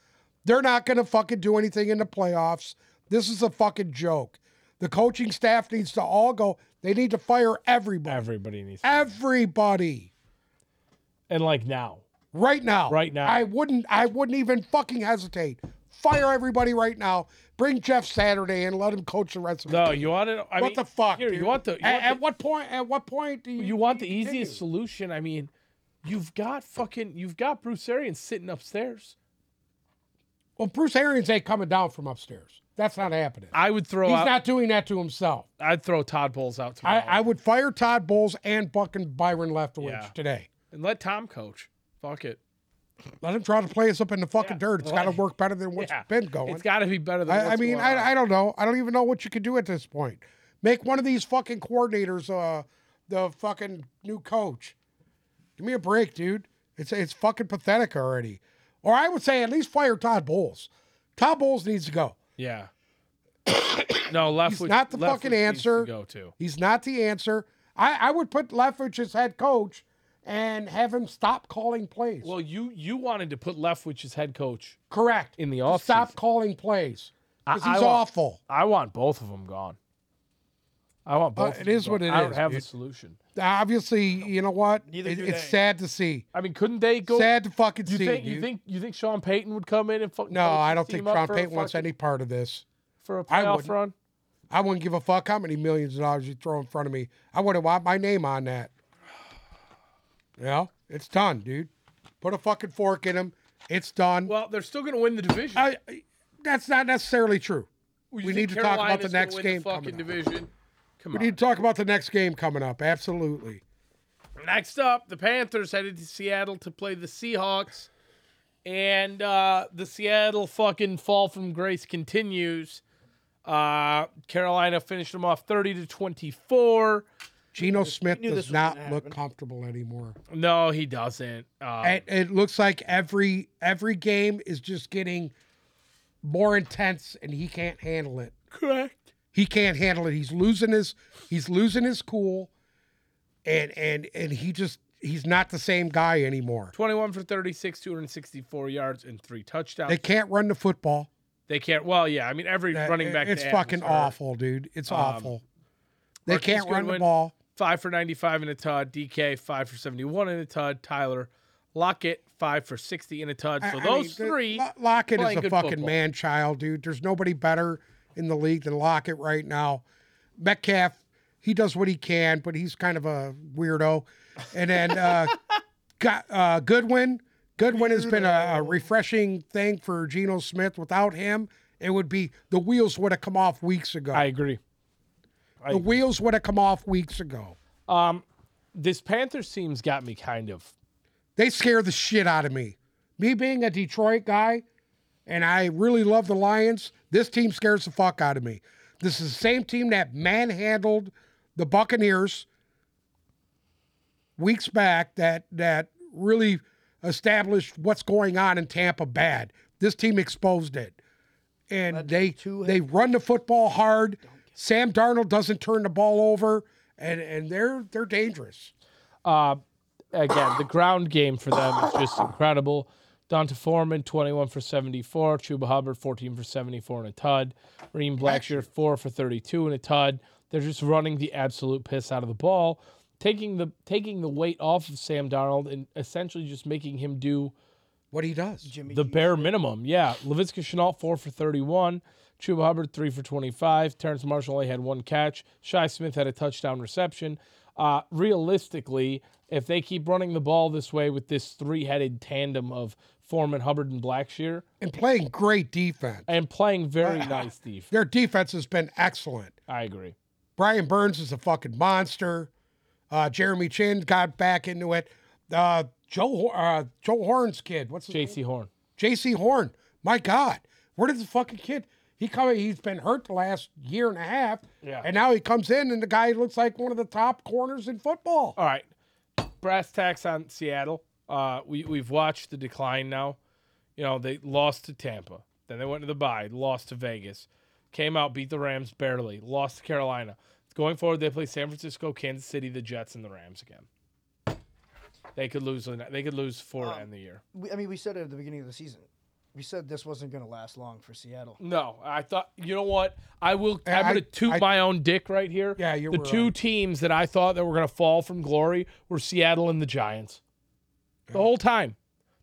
Speaker 2: They're not going to fucking do anything in the playoffs. This is a fucking joke. The coaching staff needs to all go. They need to fire everybody.
Speaker 1: Everybody needs. to-
Speaker 2: Everybody.
Speaker 1: and like now,
Speaker 2: Right now.
Speaker 1: Right now.
Speaker 2: I wouldn't I wouldn't even fucking hesitate. Fire everybody right now. Bring Jeff Saturday and let him coach the rest of the
Speaker 1: no, you want to. I
Speaker 2: What
Speaker 1: mean,
Speaker 2: the fuck?
Speaker 1: Here, you
Speaker 2: dude?
Speaker 1: want the. You
Speaker 2: at,
Speaker 1: want the-
Speaker 2: at what point at what point do you
Speaker 1: you want the
Speaker 2: continue?
Speaker 1: easiest solution. I mean, you've got fucking you've got Bruce Arians sitting upstairs.
Speaker 2: Well, Bruce Arians ain't coming down from upstairs. That's not happening.
Speaker 1: I would throw
Speaker 2: He's
Speaker 1: out
Speaker 2: not doing that to himself.
Speaker 1: I'd throw Todd Bowles out
Speaker 2: I,
Speaker 1: tomorrow
Speaker 2: I would fire Todd Bowles and fucking Byron Leftwich
Speaker 1: Yeah.
Speaker 2: today.
Speaker 1: and let Tom coach. Fuck it.
Speaker 2: Let him try to play us up in the fucking
Speaker 1: Yeah.
Speaker 2: dirt. It's got to
Speaker 1: Right.
Speaker 2: work better than what's
Speaker 1: Yeah.
Speaker 2: been going.
Speaker 1: It's got to be better than.
Speaker 2: I, I
Speaker 1: what's
Speaker 2: mean,
Speaker 1: going on.
Speaker 2: I, I don't know. I don't even know what you could do at this point. Make one of these fucking coordinators uh, the fucking new coach. Give me a break, dude. It's it's fucking pathetic already. Or I would say at least fire Todd Bowles. Todd Bowles needs to go.
Speaker 1: yeah. no, left.
Speaker 2: He's not the fucking
Speaker 1: To
Speaker 2: answer.
Speaker 1: go to.
Speaker 2: He's not the answer. I, I would put Leftwich as head coach and have him stop calling plays.
Speaker 1: Well, you you wanted to put Leftwich as head coach
Speaker 2: Correct.
Speaker 1: in the
Speaker 2: To
Speaker 1: off.
Speaker 2: stop calling plays. Because
Speaker 1: I- I
Speaker 2: he's
Speaker 1: want-
Speaker 2: awful.
Speaker 1: I want both of them gone. I want both.
Speaker 2: Uh,
Speaker 1: of
Speaker 2: it
Speaker 1: them
Speaker 2: is what
Speaker 1: gone.
Speaker 2: it
Speaker 1: I don't
Speaker 2: is,
Speaker 1: have a
Speaker 2: dude.
Speaker 1: solution.
Speaker 2: Obviously, you know what?
Speaker 4: Neither
Speaker 2: It-
Speaker 4: do
Speaker 2: it's
Speaker 4: they.
Speaker 2: sad to see.
Speaker 1: I mean, couldn't they go?
Speaker 2: sad to fucking
Speaker 1: you
Speaker 2: see.
Speaker 1: think you
Speaker 2: dude.
Speaker 1: think you think Sean Payton would come in and fucking?
Speaker 2: no,
Speaker 1: coach
Speaker 2: I
Speaker 1: this
Speaker 2: don't
Speaker 1: team
Speaker 2: think
Speaker 1: up
Speaker 2: Sean
Speaker 1: for a
Speaker 2: Payton wants
Speaker 1: fucking-
Speaker 2: any part of this.
Speaker 1: for a
Speaker 2: I
Speaker 1: playoff
Speaker 2: wouldn't.
Speaker 1: run.
Speaker 2: I wouldn't give a fuck how many millions of dollars you throw in front of me. I wouldn't want my name on that. Yeah, it's done, dude. Put a fucking fork in him. It's done.
Speaker 1: Well, they're still going to win the division.
Speaker 2: I, I- that's not necessarily true.
Speaker 1: You
Speaker 2: we
Speaker 1: think
Speaker 2: need to talk about the
Speaker 1: Carolina's gonna
Speaker 2: next
Speaker 1: win
Speaker 2: game
Speaker 1: The fucking
Speaker 2: coming up.
Speaker 1: division. Come on.
Speaker 2: We need to talk about the next game coming up. Absolutely.
Speaker 1: Next up, the Panthers headed to Seattle to play the Seahawks. And uh, the Seattle fucking fall from grace continues. Uh, Carolina finished them off 30 to 24.
Speaker 2: Geno Smith
Speaker 4: knew this
Speaker 2: does
Speaker 4: was
Speaker 2: not
Speaker 4: gonna
Speaker 2: look
Speaker 4: happen.
Speaker 2: comfortable anymore.
Speaker 1: No, he doesn't. Uh,
Speaker 2: It, it looks like every every game is just getting more intense, and he can't handle it.
Speaker 1: correct.
Speaker 2: He can't handle it. He's losing his he's losing his cool, and and and he just he's not the same guy anymore.
Speaker 1: 21 for 36, 264 yards, and three touchdowns.
Speaker 2: They
Speaker 1: They,
Speaker 2: can't run the football.
Speaker 1: can't. Well, yeah. I mean, every
Speaker 2: That-
Speaker 1: running back.
Speaker 2: It's
Speaker 1: they have
Speaker 2: fucking
Speaker 1: is hurt.
Speaker 2: awful, dude. It's
Speaker 1: Um,
Speaker 2: awful. They
Speaker 1: Marquise
Speaker 2: can't run the
Speaker 1: Goodwin.
Speaker 2: ball.
Speaker 1: Five for 95 in a tud. DK, five for 71 in a tud. Tyler Lockett, five for 60 in a tud.
Speaker 2: I-
Speaker 1: So
Speaker 2: I
Speaker 1: those
Speaker 2: mean, the-
Speaker 1: three.
Speaker 2: Lo- Lockett
Speaker 1: playing
Speaker 2: is a
Speaker 1: good
Speaker 2: fucking
Speaker 1: football.
Speaker 2: man child, dude. There's nobody better in the league than Lockett right now. Metcalf, he does what he can, but he's kind of a weirdo. And then uh, got uh, Goodwin. Goodwin has been a, a refreshing thing for Geno Smith. Without him, it would be the wheels would have come off weeks ago.
Speaker 1: I agree. I
Speaker 2: the
Speaker 1: agree.
Speaker 2: wheels would have come off weeks ago.
Speaker 1: Um, this Panthers team's got me kind of.
Speaker 2: they scare the shit out of me. Me being a Detroit guy, and I really love the Lions, this team scares the fuck out of me. This is the same team that manhandled the Buccaneers weeks back that that really established what's going on in Tampa bad. This team exposed it. And they
Speaker 4: two
Speaker 2: they run the football hard. Sam Darnold doesn't turn the ball over and and they're they're dangerous.
Speaker 1: Uh, again, the ground game for them is just incredible. Donta Foreman, 21 for 74. Chuba Hubbard, 14 for 74 and a tud. Reem Blackshear, 4 for 32 and a tud. They're just running the absolute piss out of the ball, taking the taking the weight off of Sam Donald and essentially just making him do
Speaker 2: What he does.
Speaker 4: Jimmy
Speaker 1: the
Speaker 4: G.
Speaker 1: bare minimum. Yeah. LaVisca Chenault, four for 31. Chuba Hubbard, three for 25. Terrence Marshall only had one catch. Shai Smith had a touchdown reception. Uh, realistically, if they keep running the ball this way with this three headed tandem of Foreman, Hubbard, and Blackshear
Speaker 2: and playing great defense.
Speaker 1: and playing very nice defense,
Speaker 2: Their defense has been excellent.
Speaker 1: I agree.
Speaker 2: Brian Burns is a fucking monster. Uh, Jeremy Chin got back into it. Uh, Joe Ho- uh, Joe Horn's kid. What's his
Speaker 1: JC Horn.
Speaker 2: J.C. Horn. My God, where did the fucking kid? He come. He's been hurt the last year and a half.
Speaker 1: Yeah.
Speaker 2: And now he comes in, and the guy looks like one of the top corners in football.
Speaker 1: All right. Brass tacks on Seattle. Uh, we, we've watched the decline now. You know, they lost to Tampa. Then they went to the bye, lost to Vegas. Came out, beat the Rams barely, lost to Carolina. Going forward, they play San Francisco, Kansas City, the Jets, and the Rams again. They could lose. the- They could lose four to end the year.
Speaker 4: We, I mean, we said it at the beginning of the season. We said this wasn't going to last long for Seattle.
Speaker 1: No, I thought. You know what? I will.
Speaker 2: I-
Speaker 1: I'm going to toot
Speaker 2: I-
Speaker 1: my own dick right here.
Speaker 2: Yeah, you
Speaker 1: The
Speaker 2: were
Speaker 1: two
Speaker 2: right.
Speaker 1: teams that I thought that were going to fall from glory were Seattle and the Giants. The whole time,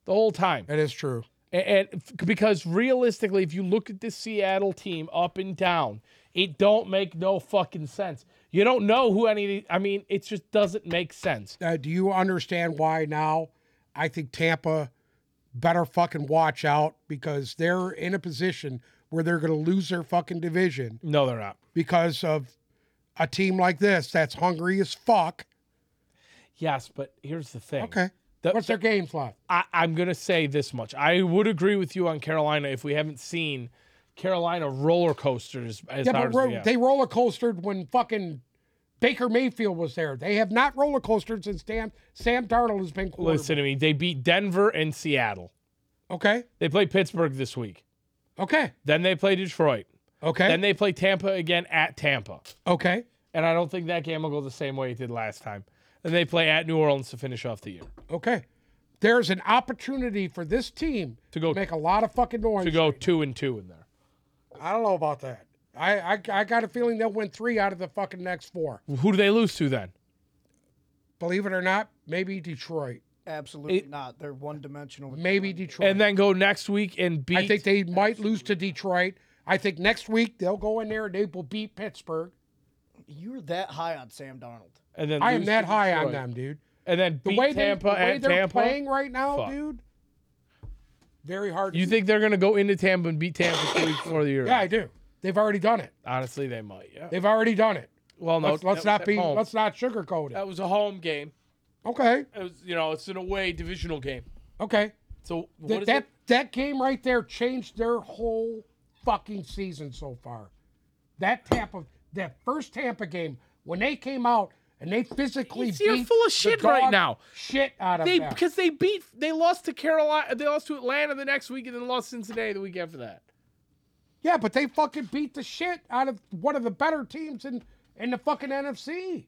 Speaker 1: the whole time.
Speaker 2: That is true.
Speaker 1: And, and f- because realistically, if you look at this Seattle team up and down, it don't make no fucking sense. You don't know who any. of the- I mean, it just doesn't make sense.
Speaker 2: Uh, do you understand why now? I think Tampa better fucking watch out because they're in a position where they're going to lose their fucking division
Speaker 1: No, they're not.
Speaker 2: because of a team like this that's hungry as fuck.
Speaker 1: Yes, but here's the thing.
Speaker 2: Okay.
Speaker 1: The-
Speaker 2: What's their games left?
Speaker 1: I, I'm gonna say this much. I would agree with you on Carolina if we haven't seen Carolina roller coasters as
Speaker 2: Yeah,
Speaker 1: hard
Speaker 2: but
Speaker 1: as
Speaker 2: ro-
Speaker 1: we have.
Speaker 2: they roller coastered when fucking Baker Mayfield was there. They have not roller coastered since Sam Sam Darnold has been quarterback.
Speaker 1: Listen to me. They beat Denver and Seattle.
Speaker 2: Okay.
Speaker 1: They play Pittsburgh this week.
Speaker 2: Okay.
Speaker 1: Then they play Detroit.
Speaker 2: Okay.
Speaker 1: Then they play Tampa again at Tampa.
Speaker 2: okay.
Speaker 1: And I don't think that game will go the same way it did last time. And they play at New Orleans to finish off the year.
Speaker 2: Okay. There's an opportunity for this team
Speaker 1: To go-
Speaker 2: to make a lot of fucking noise.
Speaker 1: To go two and two in there.
Speaker 2: I don't know about that. I, I I got a feeling they'll win three out of the fucking next four.
Speaker 1: Who do they lose to then?
Speaker 2: Believe it or not, maybe Detroit.
Speaker 4: Absolutely not. They're one dimensional.
Speaker 2: Maybe Detroit.
Speaker 1: And then go next week and beat
Speaker 2: I think they might lose to Detroit. I think next week they'll go in there and they will beat Pittsburgh.
Speaker 4: You're that high on Sam Darnold.
Speaker 1: and then
Speaker 2: I am
Speaker 1: lose
Speaker 2: that
Speaker 1: to
Speaker 2: high on
Speaker 1: Detroit.
Speaker 2: them, dude.
Speaker 1: And then
Speaker 2: The
Speaker 1: beat
Speaker 2: way
Speaker 1: Tampa
Speaker 2: they, the way
Speaker 1: at
Speaker 2: they're
Speaker 1: Tampa.
Speaker 2: playing right now,
Speaker 1: Fuck.
Speaker 2: dude. Very hard.
Speaker 1: You
Speaker 2: to-
Speaker 1: think they're gonna go into Tampa and beat Tampa two weeks before the year?
Speaker 2: Yeah, I do. They've already done it.
Speaker 1: Honestly, they might. Yeah.
Speaker 2: They've already done it.
Speaker 1: Well, no.
Speaker 2: Let's, let's
Speaker 1: that was
Speaker 2: not
Speaker 1: at
Speaker 2: be.
Speaker 1: home.
Speaker 2: Let's not sugarcoat it.
Speaker 1: That was a home game.
Speaker 2: Okay.
Speaker 1: It was, you know, it's an away divisional game.
Speaker 2: Okay.
Speaker 1: So
Speaker 2: Th-
Speaker 1: what is
Speaker 2: that
Speaker 1: it?
Speaker 2: that game right there changed their whole fucking season so far. That Tampa, that first Tampa game when they came out and they physically
Speaker 1: He's- you're
Speaker 2: beat
Speaker 1: full of
Speaker 2: the
Speaker 1: shit right
Speaker 2: dog
Speaker 1: now.
Speaker 2: Shit out of
Speaker 1: They
Speaker 2: them.
Speaker 1: because they beat they lost to Carolina, they lost to Atlanta the next week, and then lost Cincinnati the week after that.
Speaker 2: Yeah, but they fucking beat the shit out of one of the better teams in in the fucking NFC.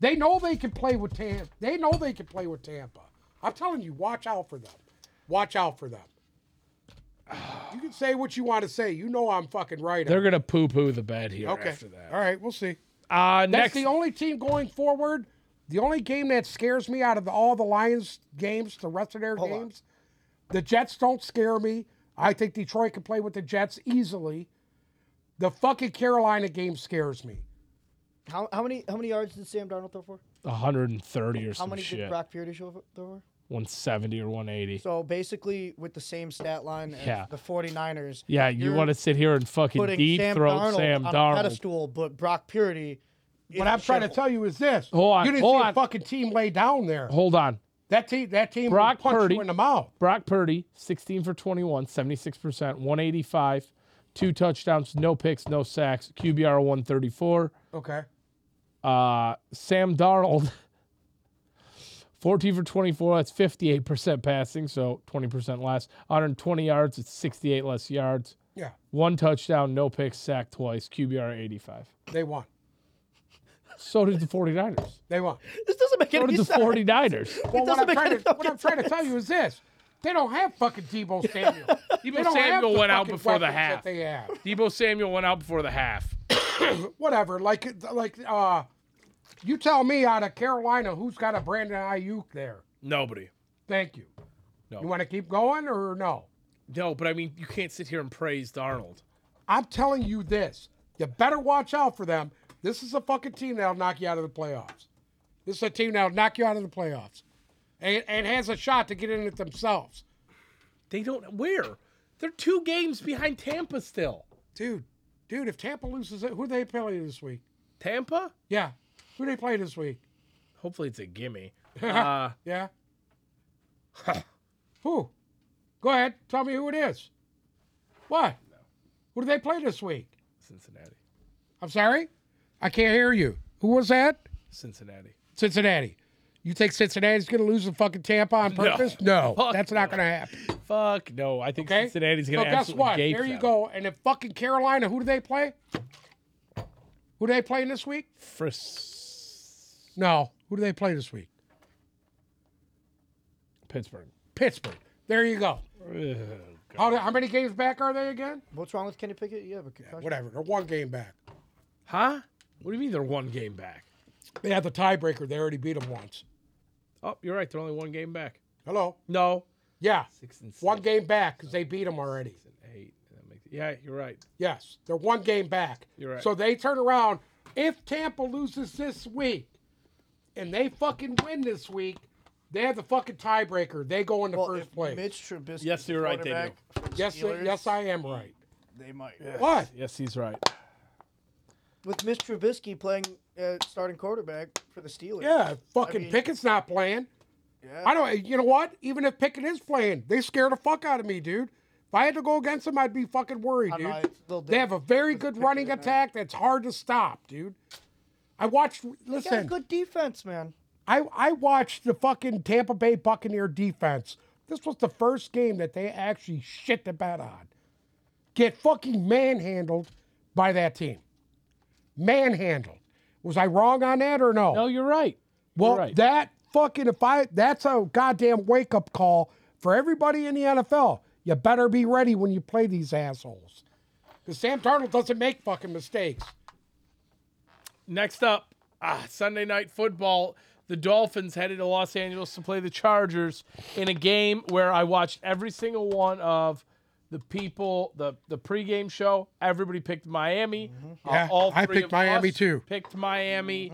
Speaker 2: They know they can play with Tampa. They know they can play with Tampa. I'm telling you, watch out for them. Watch out for them. You can say what you want to say. You know I'm fucking right.
Speaker 1: They're gonna poo poo the bed here
Speaker 2: okay.
Speaker 1: after that.
Speaker 2: All right, we'll see.
Speaker 1: Uh,
Speaker 2: That's
Speaker 1: next,
Speaker 2: the only team going forward. The only game that scares me out of the- all the Lions games, the rest of their
Speaker 4: Hold on.
Speaker 2: games, the Jets don't scare me. I think Detroit can play with the Jets easily. The fucking Carolina game scares me.
Speaker 4: How, how many how many yards did Sam Darnold throw for?
Speaker 1: 130 or
Speaker 4: How
Speaker 1: some
Speaker 4: many
Speaker 1: shit,
Speaker 4: did Brock Purdy show for- throw for?
Speaker 1: 170 or 180.
Speaker 4: So basically, with the same stat line as
Speaker 1: Yeah.
Speaker 4: the 49ers,
Speaker 1: Yeah, you
Speaker 4: you're
Speaker 1: want to sit here and fucking
Speaker 4: putting
Speaker 1: deep
Speaker 4: Sam
Speaker 1: throat
Speaker 4: Darnold
Speaker 1: Sam
Speaker 4: on
Speaker 1: Darnold.
Speaker 4: a pedestal, but Brock Purdy.
Speaker 2: What I'm trying to tell you is this:
Speaker 1: Hold on,
Speaker 2: you didn't
Speaker 1: hold
Speaker 2: see
Speaker 1: on.
Speaker 2: a fucking team lay down there.
Speaker 1: Hold on.
Speaker 2: That team, that team,
Speaker 1: Brock
Speaker 2: would punch
Speaker 1: Purdy.
Speaker 2: you in the mouth.
Speaker 1: Brock Purdy, 16 for 21, 76%, 185, two touchdowns, no picks, no sacks, QBR of 134.
Speaker 2: Okay.
Speaker 1: Uh, Sam Darnold, 14 for 24, that's 58% passing, so 20% less. 120 yards, it's 68 less yards.
Speaker 2: Yeah,
Speaker 1: One touchdown, no picks, sack twice, QBR 85.
Speaker 2: they won.
Speaker 1: So did the 49ers.
Speaker 2: They won.
Speaker 4: This doesn't make
Speaker 1: So
Speaker 4: any
Speaker 1: did the
Speaker 4: sense.
Speaker 1: 49ers.
Speaker 2: Well, what
Speaker 4: doesn't
Speaker 2: I'm,
Speaker 4: make
Speaker 2: trying
Speaker 4: any
Speaker 2: to, what
Speaker 4: fucking
Speaker 2: I'm trying to tell you is this: they don't have fucking Debo Samuel. Debo
Speaker 1: Samuel went out before the half.
Speaker 2: They have.
Speaker 1: Debo Samuel went out before the half.
Speaker 2: whatever. Like like uh, you tell me out of Carolina who's got a Brandon Ayuk there.
Speaker 1: Nobody.
Speaker 2: Thank you.
Speaker 1: No.
Speaker 2: You want to keep going or no?
Speaker 1: No, but I mean, you can't sit here and praise Darnold.
Speaker 2: I'm telling you this. You better watch out for them. This is a fucking team that'll knock you out of the playoffs. This is a team that'll knock you out of the playoffs, and, and has a shot to get in it themselves,
Speaker 1: They don't. Where? They're two games behind Tampa still.
Speaker 2: dude. Dude, if Tampa loses it, who they play this week?
Speaker 1: Tampa?
Speaker 2: Yeah, who they play this week?
Speaker 1: Hopefully it's a gimme. Uh,
Speaker 2: Yeah. who? Go ahead. Tell me who it is. What? Who do they play this week?
Speaker 1: Cincinnati.
Speaker 2: I'm sorry? I can't hear you. Who was that?
Speaker 1: Cincinnati.
Speaker 2: Cincinnati. You think Cincinnati's going to lose the fucking Tampa on purpose? No.
Speaker 1: Fuck
Speaker 2: That's not going to happen.
Speaker 1: Fuck no. I think
Speaker 2: Okay?
Speaker 1: Cincinnati's going
Speaker 2: so
Speaker 1: to
Speaker 2: guess
Speaker 1: absolutely
Speaker 2: what?
Speaker 1: gape
Speaker 2: There you
Speaker 1: them.
Speaker 2: go. And if fucking Carolina, who do they play? Who do they playing this week?
Speaker 1: Fris-
Speaker 2: No. Who do they play this week?
Speaker 1: Pittsburgh.
Speaker 2: Pittsburgh. There you go.
Speaker 1: Ugh, God.
Speaker 2: How, how many games back are they again?
Speaker 4: What's wrong with Kenny Pickett? You have a concussion.
Speaker 2: Whatever. They're one game back.
Speaker 1: Huh? What do you mean they're one game back?
Speaker 2: They had the tiebreaker. They already beat them once.
Speaker 1: Oh, you're right. They're only one game back.
Speaker 2: Hello.
Speaker 1: No.
Speaker 2: Yeah.
Speaker 1: Six and six.
Speaker 2: One game back because they beat them already.
Speaker 1: and eight. That makes- yeah, you're right.
Speaker 2: Yes, they're one game back.
Speaker 1: You're right.
Speaker 2: So they turn around. If Tampa loses this week, and they fucking win this week, they have the fucking tiebreaker. They go into
Speaker 4: Well,
Speaker 2: first
Speaker 4: if
Speaker 2: place.
Speaker 4: Mitch Trubisky.
Speaker 1: Yes,
Speaker 4: is the
Speaker 1: you're right, they do.
Speaker 4: quarterback for the
Speaker 2: yes,
Speaker 4: Steelers,
Speaker 2: yes, I am right.
Speaker 4: They might.
Speaker 2: What?
Speaker 1: Yes, he's right.
Speaker 4: With Mitch Trubisky playing uh, starting quarterback for the Steelers.
Speaker 2: Yeah, fucking
Speaker 4: I mean-
Speaker 2: Pickett's not playing.
Speaker 4: Yeah.
Speaker 2: I don't. You know what? Even if Pickett is playing, they scare the fuck out of me, dude. If I had to go against them, I'd be fucking worried,
Speaker 4: I
Speaker 2: dude.
Speaker 4: know, it's a little
Speaker 2: They have a
Speaker 4: different
Speaker 2: very
Speaker 4: with
Speaker 2: good
Speaker 4: Pickett and
Speaker 2: running
Speaker 4: that.
Speaker 2: attack that's hard to stop, dude. I watched.
Speaker 4: They got a
Speaker 2: Listen,
Speaker 4: good defense, man.
Speaker 2: I, I watched the fucking Tampa Bay Buccaneer defense. This was the first game that they actually shit the bed on. Get fucking manhandled by that team. Manhandled. Was I wrong on that or no?
Speaker 1: No, you're right.
Speaker 2: well,
Speaker 1: you're right.
Speaker 2: that fucking if I that's a goddamn wake up call for everybody in the NFL. You better be ready when you play these assholes. Because Sam Darnold doesn't make fucking mistakes.
Speaker 1: Next up, ah, Sunday night football. The Dolphins headed to Los Angeles to play the Chargers in a game where I watched every single one of the people, the the pregame show. Everybody picked Miami. Uh,
Speaker 2: Mm-hmm. Yeah,
Speaker 1: all
Speaker 2: I
Speaker 1: three
Speaker 2: picked
Speaker 1: of
Speaker 2: Miami
Speaker 1: us
Speaker 2: too. Mm-hmm.
Speaker 1: Picked Miami,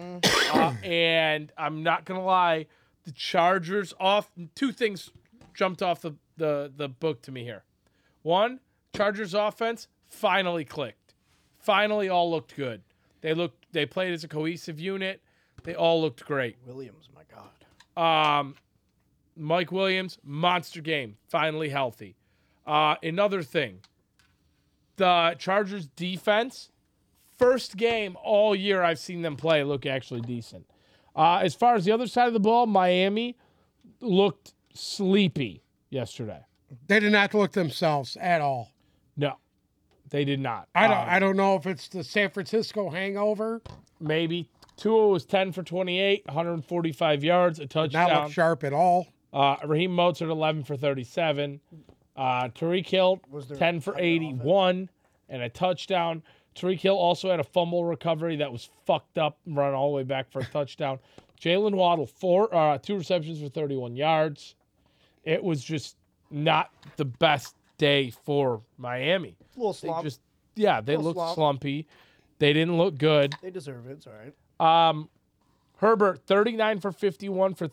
Speaker 1: Uh, and I'm not gonna lie, the Chargers off. Two things jumped off the the the book to me here. One, Chargers offense finally clicked. Finally, all looked good. They looked. They played as a cohesive unit. They all looked great.
Speaker 4: Williams, my God.
Speaker 1: Um, Mike Williams, monster game, finally healthy. Uh, another thing, the Chargers defense, first game all year I've seen them play look actually decent. Uh, as far as the other side of the ball, Miami looked sleepy yesterday.
Speaker 2: They did not look themselves at all.
Speaker 1: No, they did not.
Speaker 2: I don't.
Speaker 1: Uh,
Speaker 2: I don't know if it's the San Francisco hangover.
Speaker 1: maybe Tua was 10 for 28, 145 yards, a
Speaker 2: Not
Speaker 1: touchdown.
Speaker 2: look sharp at all.
Speaker 1: Uh, Raheem Mozart, 11 for 37. Uh, Tariq Hill,
Speaker 4: Was there
Speaker 1: 10 for 81 and a touchdown. Tariq Hill also had a fumble recovery that was fucked up, run all the way back for a touchdown. Jalen Waddle, four, uh, two receptions for 31 yards. It was just not the best day for Miami.
Speaker 4: little
Speaker 1: They
Speaker 4: slump. They,
Speaker 1: just, yeah, they
Speaker 4: Little
Speaker 1: looked
Speaker 4: slump.
Speaker 1: slumpy. They didn't look good.
Speaker 4: deserve it. It's all right.
Speaker 1: Um, Herbert, 39 for 51 for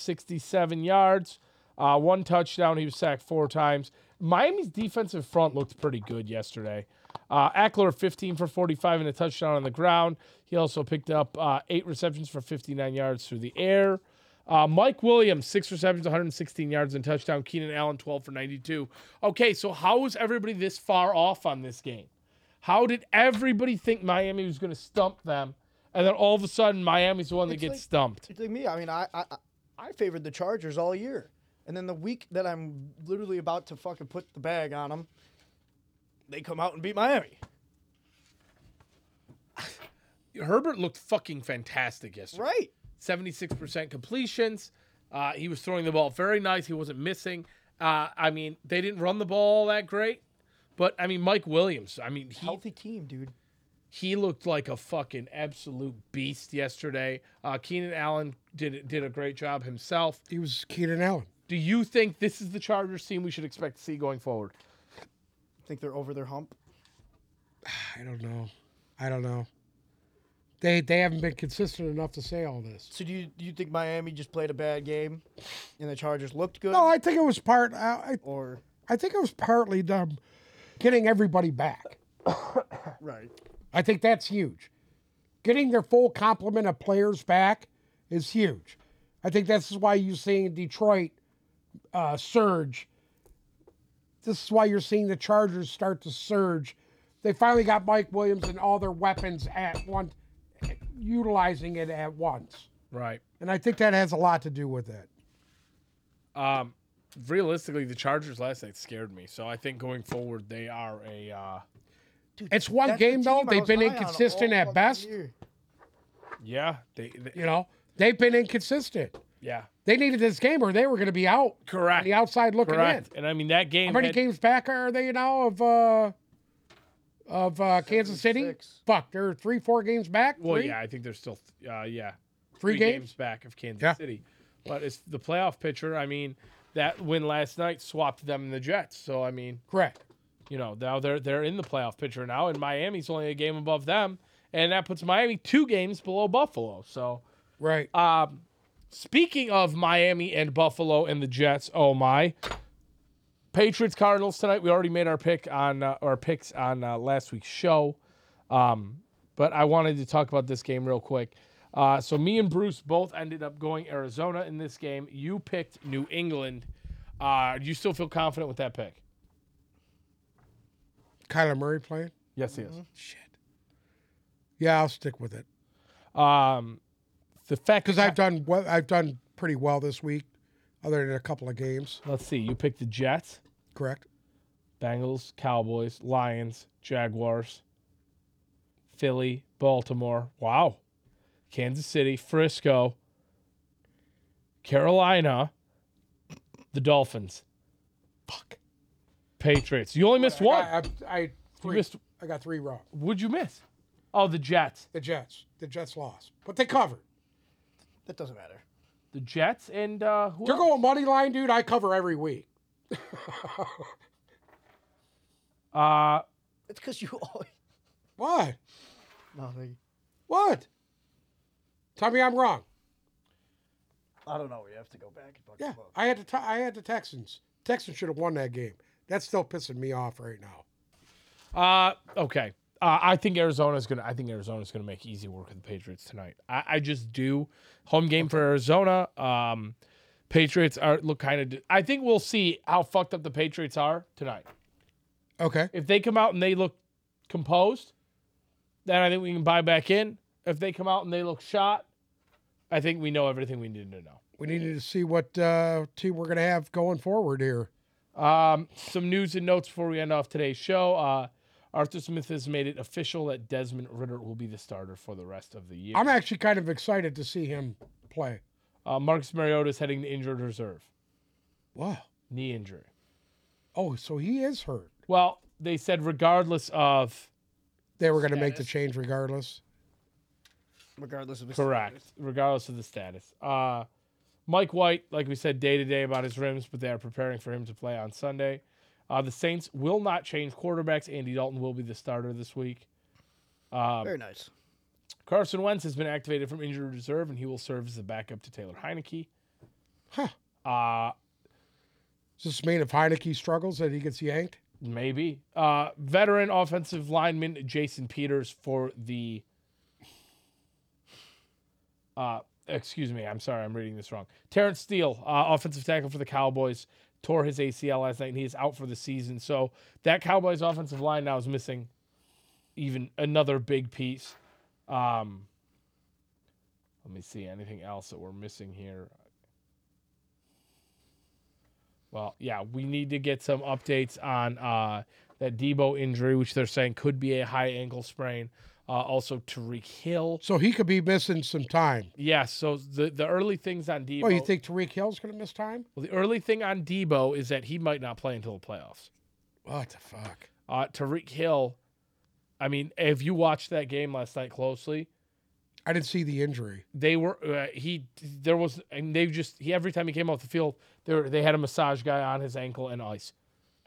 Speaker 1: 367 yards, uh, one touchdown. He was sacked four times. Miami's defensive front looked pretty good yesterday. Uh, Eckler, 15 for 45 and a touchdown on the ground. He also picked up uh, eight receptions for 59 yards through the air. Uh, Mike Williams, six receptions, 116 yards and touchdown. Keenan Allen, 12 for 92. Okay, so how is everybody this far off on this game? How did everybody think Miami was going to stump them? And then all of a sudden, Miami's the one that
Speaker 4: It's
Speaker 1: gets
Speaker 4: like-
Speaker 1: stumped.
Speaker 4: It's like me. I mean, I, I I- I favored the Chargers all year, and then the week that I'm literally about to fucking put the bag on them, they come out and beat Miami.
Speaker 1: Herbert looked fucking fantastic yesterday.
Speaker 4: Right.
Speaker 1: 76% completions. Uh, he was throwing the ball very nice. He wasn't missing. Uh, I mean, they didn't run the ball that great. But, I mean, Mike Williams, I mean, he,
Speaker 4: Healthy team, dude.
Speaker 1: he looked like a fucking absolute beast yesterday. Uh, Keenan Allen did, did a great job himself.
Speaker 2: He was Keenan Allen.
Speaker 1: Do you think this is the Chargers team we should expect to see going forward?
Speaker 4: Think they're over their hump.
Speaker 2: I don't know. I don't know. They they haven't been consistent enough to say all this.
Speaker 4: So do you do you think Miami just played a bad game, and the Chargers looked good,
Speaker 2: No, I think it was part. I
Speaker 4: or
Speaker 2: I think it was partly them getting everybody back.
Speaker 4: right?
Speaker 2: I think that's huge. Getting their full complement of players back is huge. I think this is why you're seeing Detroit uh, surge. This is why you're seeing the Chargers start to surge. They finally got Mike Williams and all their weapons at one, utilizing it at once.
Speaker 1: Right.
Speaker 2: And I think that has a lot to do with it.
Speaker 1: Um, realistically, the Chargers last night scared me. So I think going forward, they are a. Uh,
Speaker 2: It's one game, though. They've been inconsistent at best.
Speaker 1: yeah. They, they-
Speaker 2: You know, they've been inconsistent.
Speaker 1: Yeah.
Speaker 2: They needed this game or they were going to be out. on
Speaker 1: Correct.
Speaker 2: The outside looking in.
Speaker 1: Correct. And I mean that game.
Speaker 2: How many
Speaker 1: had-
Speaker 2: games back are they now of uh of uh Kansas City?
Speaker 4: 76.
Speaker 2: Fuck, they're three, four games back.
Speaker 1: Well,
Speaker 2: Three?
Speaker 1: yeah, I think they're still. Uh, yeah.
Speaker 2: Three games?
Speaker 1: back of Kansas
Speaker 2: Yeah.
Speaker 1: City, but it's the playoff picture. I mean, that win last night swapped them and the Jets. So I mean,
Speaker 2: correct.
Speaker 1: you know, now they're they're in the playoff picture now, and Miami's only a game above them, and that puts Miami two games below Buffalo. So.
Speaker 2: Right.
Speaker 1: Um, speaking of Miami and Buffalo and the Jets, oh my. Patriots Cardinals tonight. We already made our pick on uh, our picks on uh, last week's show, um, but I wanted to talk about this game real quick. Uh, so me and Bruce both ended up going Arizona in this game. You picked New England. Uh, do you still feel confident with that pick?
Speaker 2: Kyler Murray playing?
Speaker 1: Yes, he is.
Speaker 2: Shit. Yeah, I'll stick with it.
Speaker 1: Um, the fact
Speaker 2: Because I've done well I've done pretty well this week, other than a couple of games.
Speaker 1: let's see, you picked the Jets,
Speaker 2: Correct?
Speaker 1: Bengals, Cowboys, Lions, Jaguars, Philly, Baltimore. Wow. Kansas City, Frisco, Carolina, the Dolphins,
Speaker 2: Fuck.
Speaker 1: Patriots. You only missed one.
Speaker 2: I, I, I
Speaker 1: You
Speaker 2: three
Speaker 1: missed.
Speaker 2: I got three wrong.
Speaker 1: Would you miss? Oh, the Jets.
Speaker 2: The Jets. The Jets lost. But they covered.
Speaker 4: That doesn't matter.
Speaker 1: The Jets and uh, who?
Speaker 2: They're
Speaker 1: else?
Speaker 2: going money line, dude. I cover every week.
Speaker 1: Uh,
Speaker 4: It's because you all
Speaker 2: What?
Speaker 4: nothing.
Speaker 2: What? Tell me I'm wrong.
Speaker 4: I don't know. We have to go back and fucking
Speaker 2: Yeah,
Speaker 4: look.
Speaker 2: I had the Te- I had the Texans. Texans should have won that game. That's still pissing me off right now.
Speaker 1: Uh, okay. Uh, I think Arizona's gonna. I think Arizona's gonna make easy work of the Patriots tonight. I, I just do. Home game for Arizona. Um, Patriots are look kind of. I think we'll see how fucked up the Patriots are tonight.
Speaker 2: Okay.
Speaker 1: If they come out and they look composed, then I think we can buy back in. If they come out and they look shot, I think we know everything we need to know.
Speaker 2: We needed to see what uh, team we're going to have going forward here.
Speaker 1: Um, some news and notes before we end off today's show. Uh, Arthur Smith has made it official that Desmond Ritter will be the starter for the rest of the year.
Speaker 2: I'm actually kind of excited to see him play.
Speaker 1: Uh, Marcus Mariota is heading to injured reserve,
Speaker 2: Wow.
Speaker 1: knee injury.
Speaker 2: Oh, so he is hurt.
Speaker 1: Well, they said regardless of
Speaker 2: They were going to make the
Speaker 3: Status.
Speaker 2: change regardless.
Speaker 3: regardless of his
Speaker 1: correct, regardless of the status. Uh, Mike White, like we said, day to day about his rims, but they are preparing for him to play on Sunday. Uh, the Saints will not change quarterbacks. Andy Dalton will be the starter this week. Uh,
Speaker 3: status. Very nice.
Speaker 1: Carson Wentz has been activated from injured reserve, and he will serve as the backup to Taylor Heineke.
Speaker 2: Huh.
Speaker 1: Uh,
Speaker 2: Does this mean if Heineke struggles that he gets yanked?
Speaker 1: Maybe. Uh, veteran offensive lineman Jason Peters for the. Uh, excuse me. I'm sorry. I'm reading this wrong. Terrence Steele, uh, offensive tackle for the Cowboys, tore his ACL last night and he is out for the season. So that Cowboys offensive line now is missing even another big piece. Um, let me see. Anything else that we're missing here? Well, yeah, we need to get some updates on uh, that Debo injury, which they're saying could be a high ankle sprain. Uh, also, Tariq Hill.
Speaker 2: So he could be missing some time.
Speaker 1: Yes, so the, the early things on Debo.
Speaker 2: Well, Oh, you think Tariq Hill's going to miss time?
Speaker 1: Well, the early thing on Debo is that he might not play until the playoffs.
Speaker 2: What the fuck?
Speaker 1: Uh, Tariq Hill, I mean, if you watched that game last night closely,
Speaker 2: I didn't see the injury.
Speaker 1: they were uh, he there was and they just he every time he came off the field they were, they had a massage guy on his ankle and ice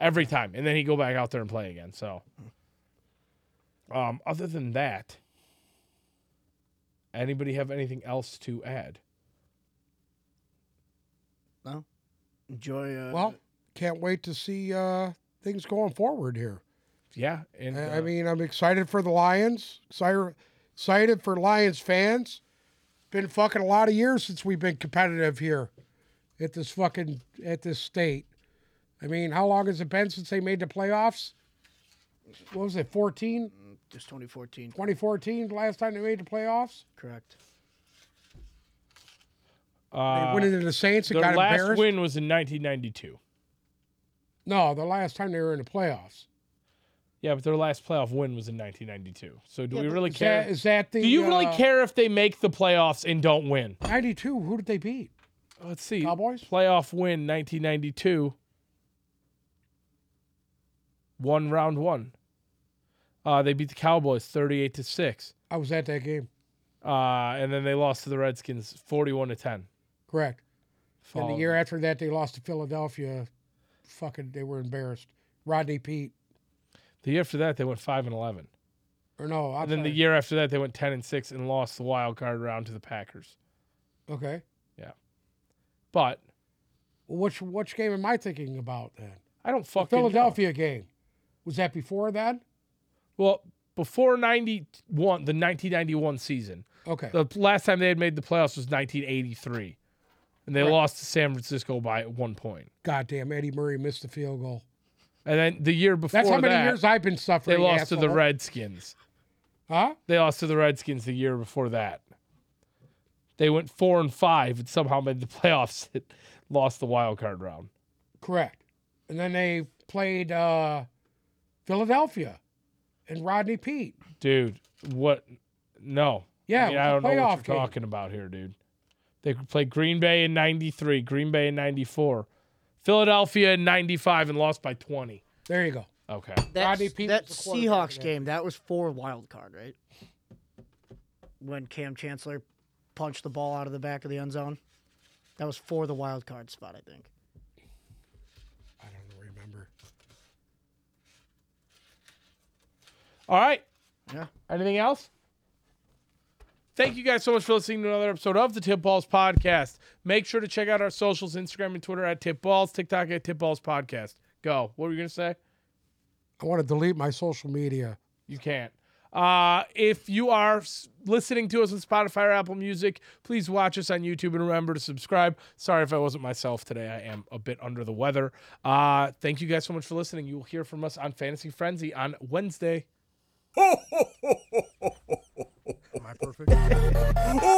Speaker 1: every time and then he go back out there and play again so um other than that anybody have anything else to add
Speaker 3: Enjoy. Uh,
Speaker 2: Well, can't wait to see uh, things going forward here.
Speaker 1: yeah and
Speaker 2: I-
Speaker 1: uh,
Speaker 2: I mean, I'm excited for the Lions. Excited, excited for Lions fans. Been fucking a lot of years since we've been competitive here at this fucking at this state. I mean, how long has it been since they made the playoffs? What was it, 14?
Speaker 3: just 2014.
Speaker 2: 2014, last time they made the playoffs?
Speaker 3: Correct.
Speaker 2: They
Speaker 1: uh,
Speaker 2: went into the Saints and
Speaker 1: their
Speaker 2: got
Speaker 1: last
Speaker 2: embarrassed.
Speaker 1: win was in 1992
Speaker 2: No, the last time they were in the playoffs.
Speaker 1: yeah but their last playoff win was in 1992 so do
Speaker 3: Yeah,
Speaker 1: we
Speaker 3: but
Speaker 1: really
Speaker 2: Is
Speaker 1: care
Speaker 2: that, is that the
Speaker 1: do you really
Speaker 2: uh,
Speaker 1: care if they make the playoffs and don't win
Speaker 2: 92? Who did they beat?
Speaker 1: let's see
Speaker 2: Cowboys?
Speaker 1: playoff win 1992 won round one uh, they beat the cowboys 38 to 6
Speaker 2: I was at that game.
Speaker 1: uh, and then they lost to the redskins 41 to 10
Speaker 2: Correct. And the
Speaker 1: Follow-
Speaker 2: year after that, they lost to Philadelphia. Fucking, they were embarrassed. Rodney Pete,
Speaker 1: the year after that they went 5 and 11
Speaker 2: or no? I'm
Speaker 1: and then the
Speaker 2: sorry.
Speaker 1: year after that they went 10 and 6 and lost the wild card round to the packers
Speaker 2: okay.
Speaker 1: but
Speaker 2: Well, which which game am I thinking about then?
Speaker 1: i don't
Speaker 2: The
Speaker 1: fucking know.
Speaker 2: Philadelphia game. Was that before that?
Speaker 1: well before 91 the 1991 season
Speaker 2: Okay.
Speaker 1: the last time they had made the playoffs was 1983 and they
Speaker 2: Right.
Speaker 1: lost to san francisco by one point
Speaker 2: Goddamn, Eddie Murray missed the field goal.
Speaker 1: And then the year before
Speaker 2: That's how many
Speaker 1: that,
Speaker 2: years I've been
Speaker 1: they
Speaker 2: suffering.
Speaker 1: lost to the
Speaker 2: asshole.
Speaker 1: Redskins.
Speaker 2: Huh?
Speaker 1: They lost to the Redskins the year before that. They went four and five and somehow made the playoffs. and lost the wild card round.
Speaker 2: Correct. And then they played uh, Philadelphia and Rodney Pete.
Speaker 1: Dude, what? No.
Speaker 2: Yeah,
Speaker 1: I, mean,
Speaker 2: it was
Speaker 1: I
Speaker 2: a
Speaker 1: don't know what you're
Speaker 2: playoff game.
Speaker 1: talking about here, dude. They played Green Bay in 93, Green Bay in 94, Philadelphia in 95, and lost by 20.
Speaker 2: There you go.
Speaker 1: Okay.
Speaker 3: That,
Speaker 2: Rodney Pete
Speaker 3: that
Speaker 2: was the quarterback
Speaker 3: Seahawks
Speaker 2: again.
Speaker 3: game, that was for wild card, right? When Cam Chancellor punched the ball out of the back of the end zone. That was for the wild card spot, I think.
Speaker 2: I don't remember.
Speaker 1: All right.
Speaker 3: Yeah.
Speaker 1: Anything else? Thank you guys so much for listening to another episode of the Tip Balls Podcast. Make sure to check out our socials Instagram and Twitter at Tip Balls, TikTok at Tip Balls Podcast. Go. What were you going to say?
Speaker 2: I want to delete my social media.
Speaker 1: You can't. Uh, if you are s- listening to us on Spotify or Apple Music, please watch us on YouTube and remember to subscribe. Sorry if I wasn't myself today. I am a bit under the weather. Uh, thank you guys so much for listening. You will hear from us on Fantasy Frenzy on Wednesday.
Speaker 2: Am I perfect?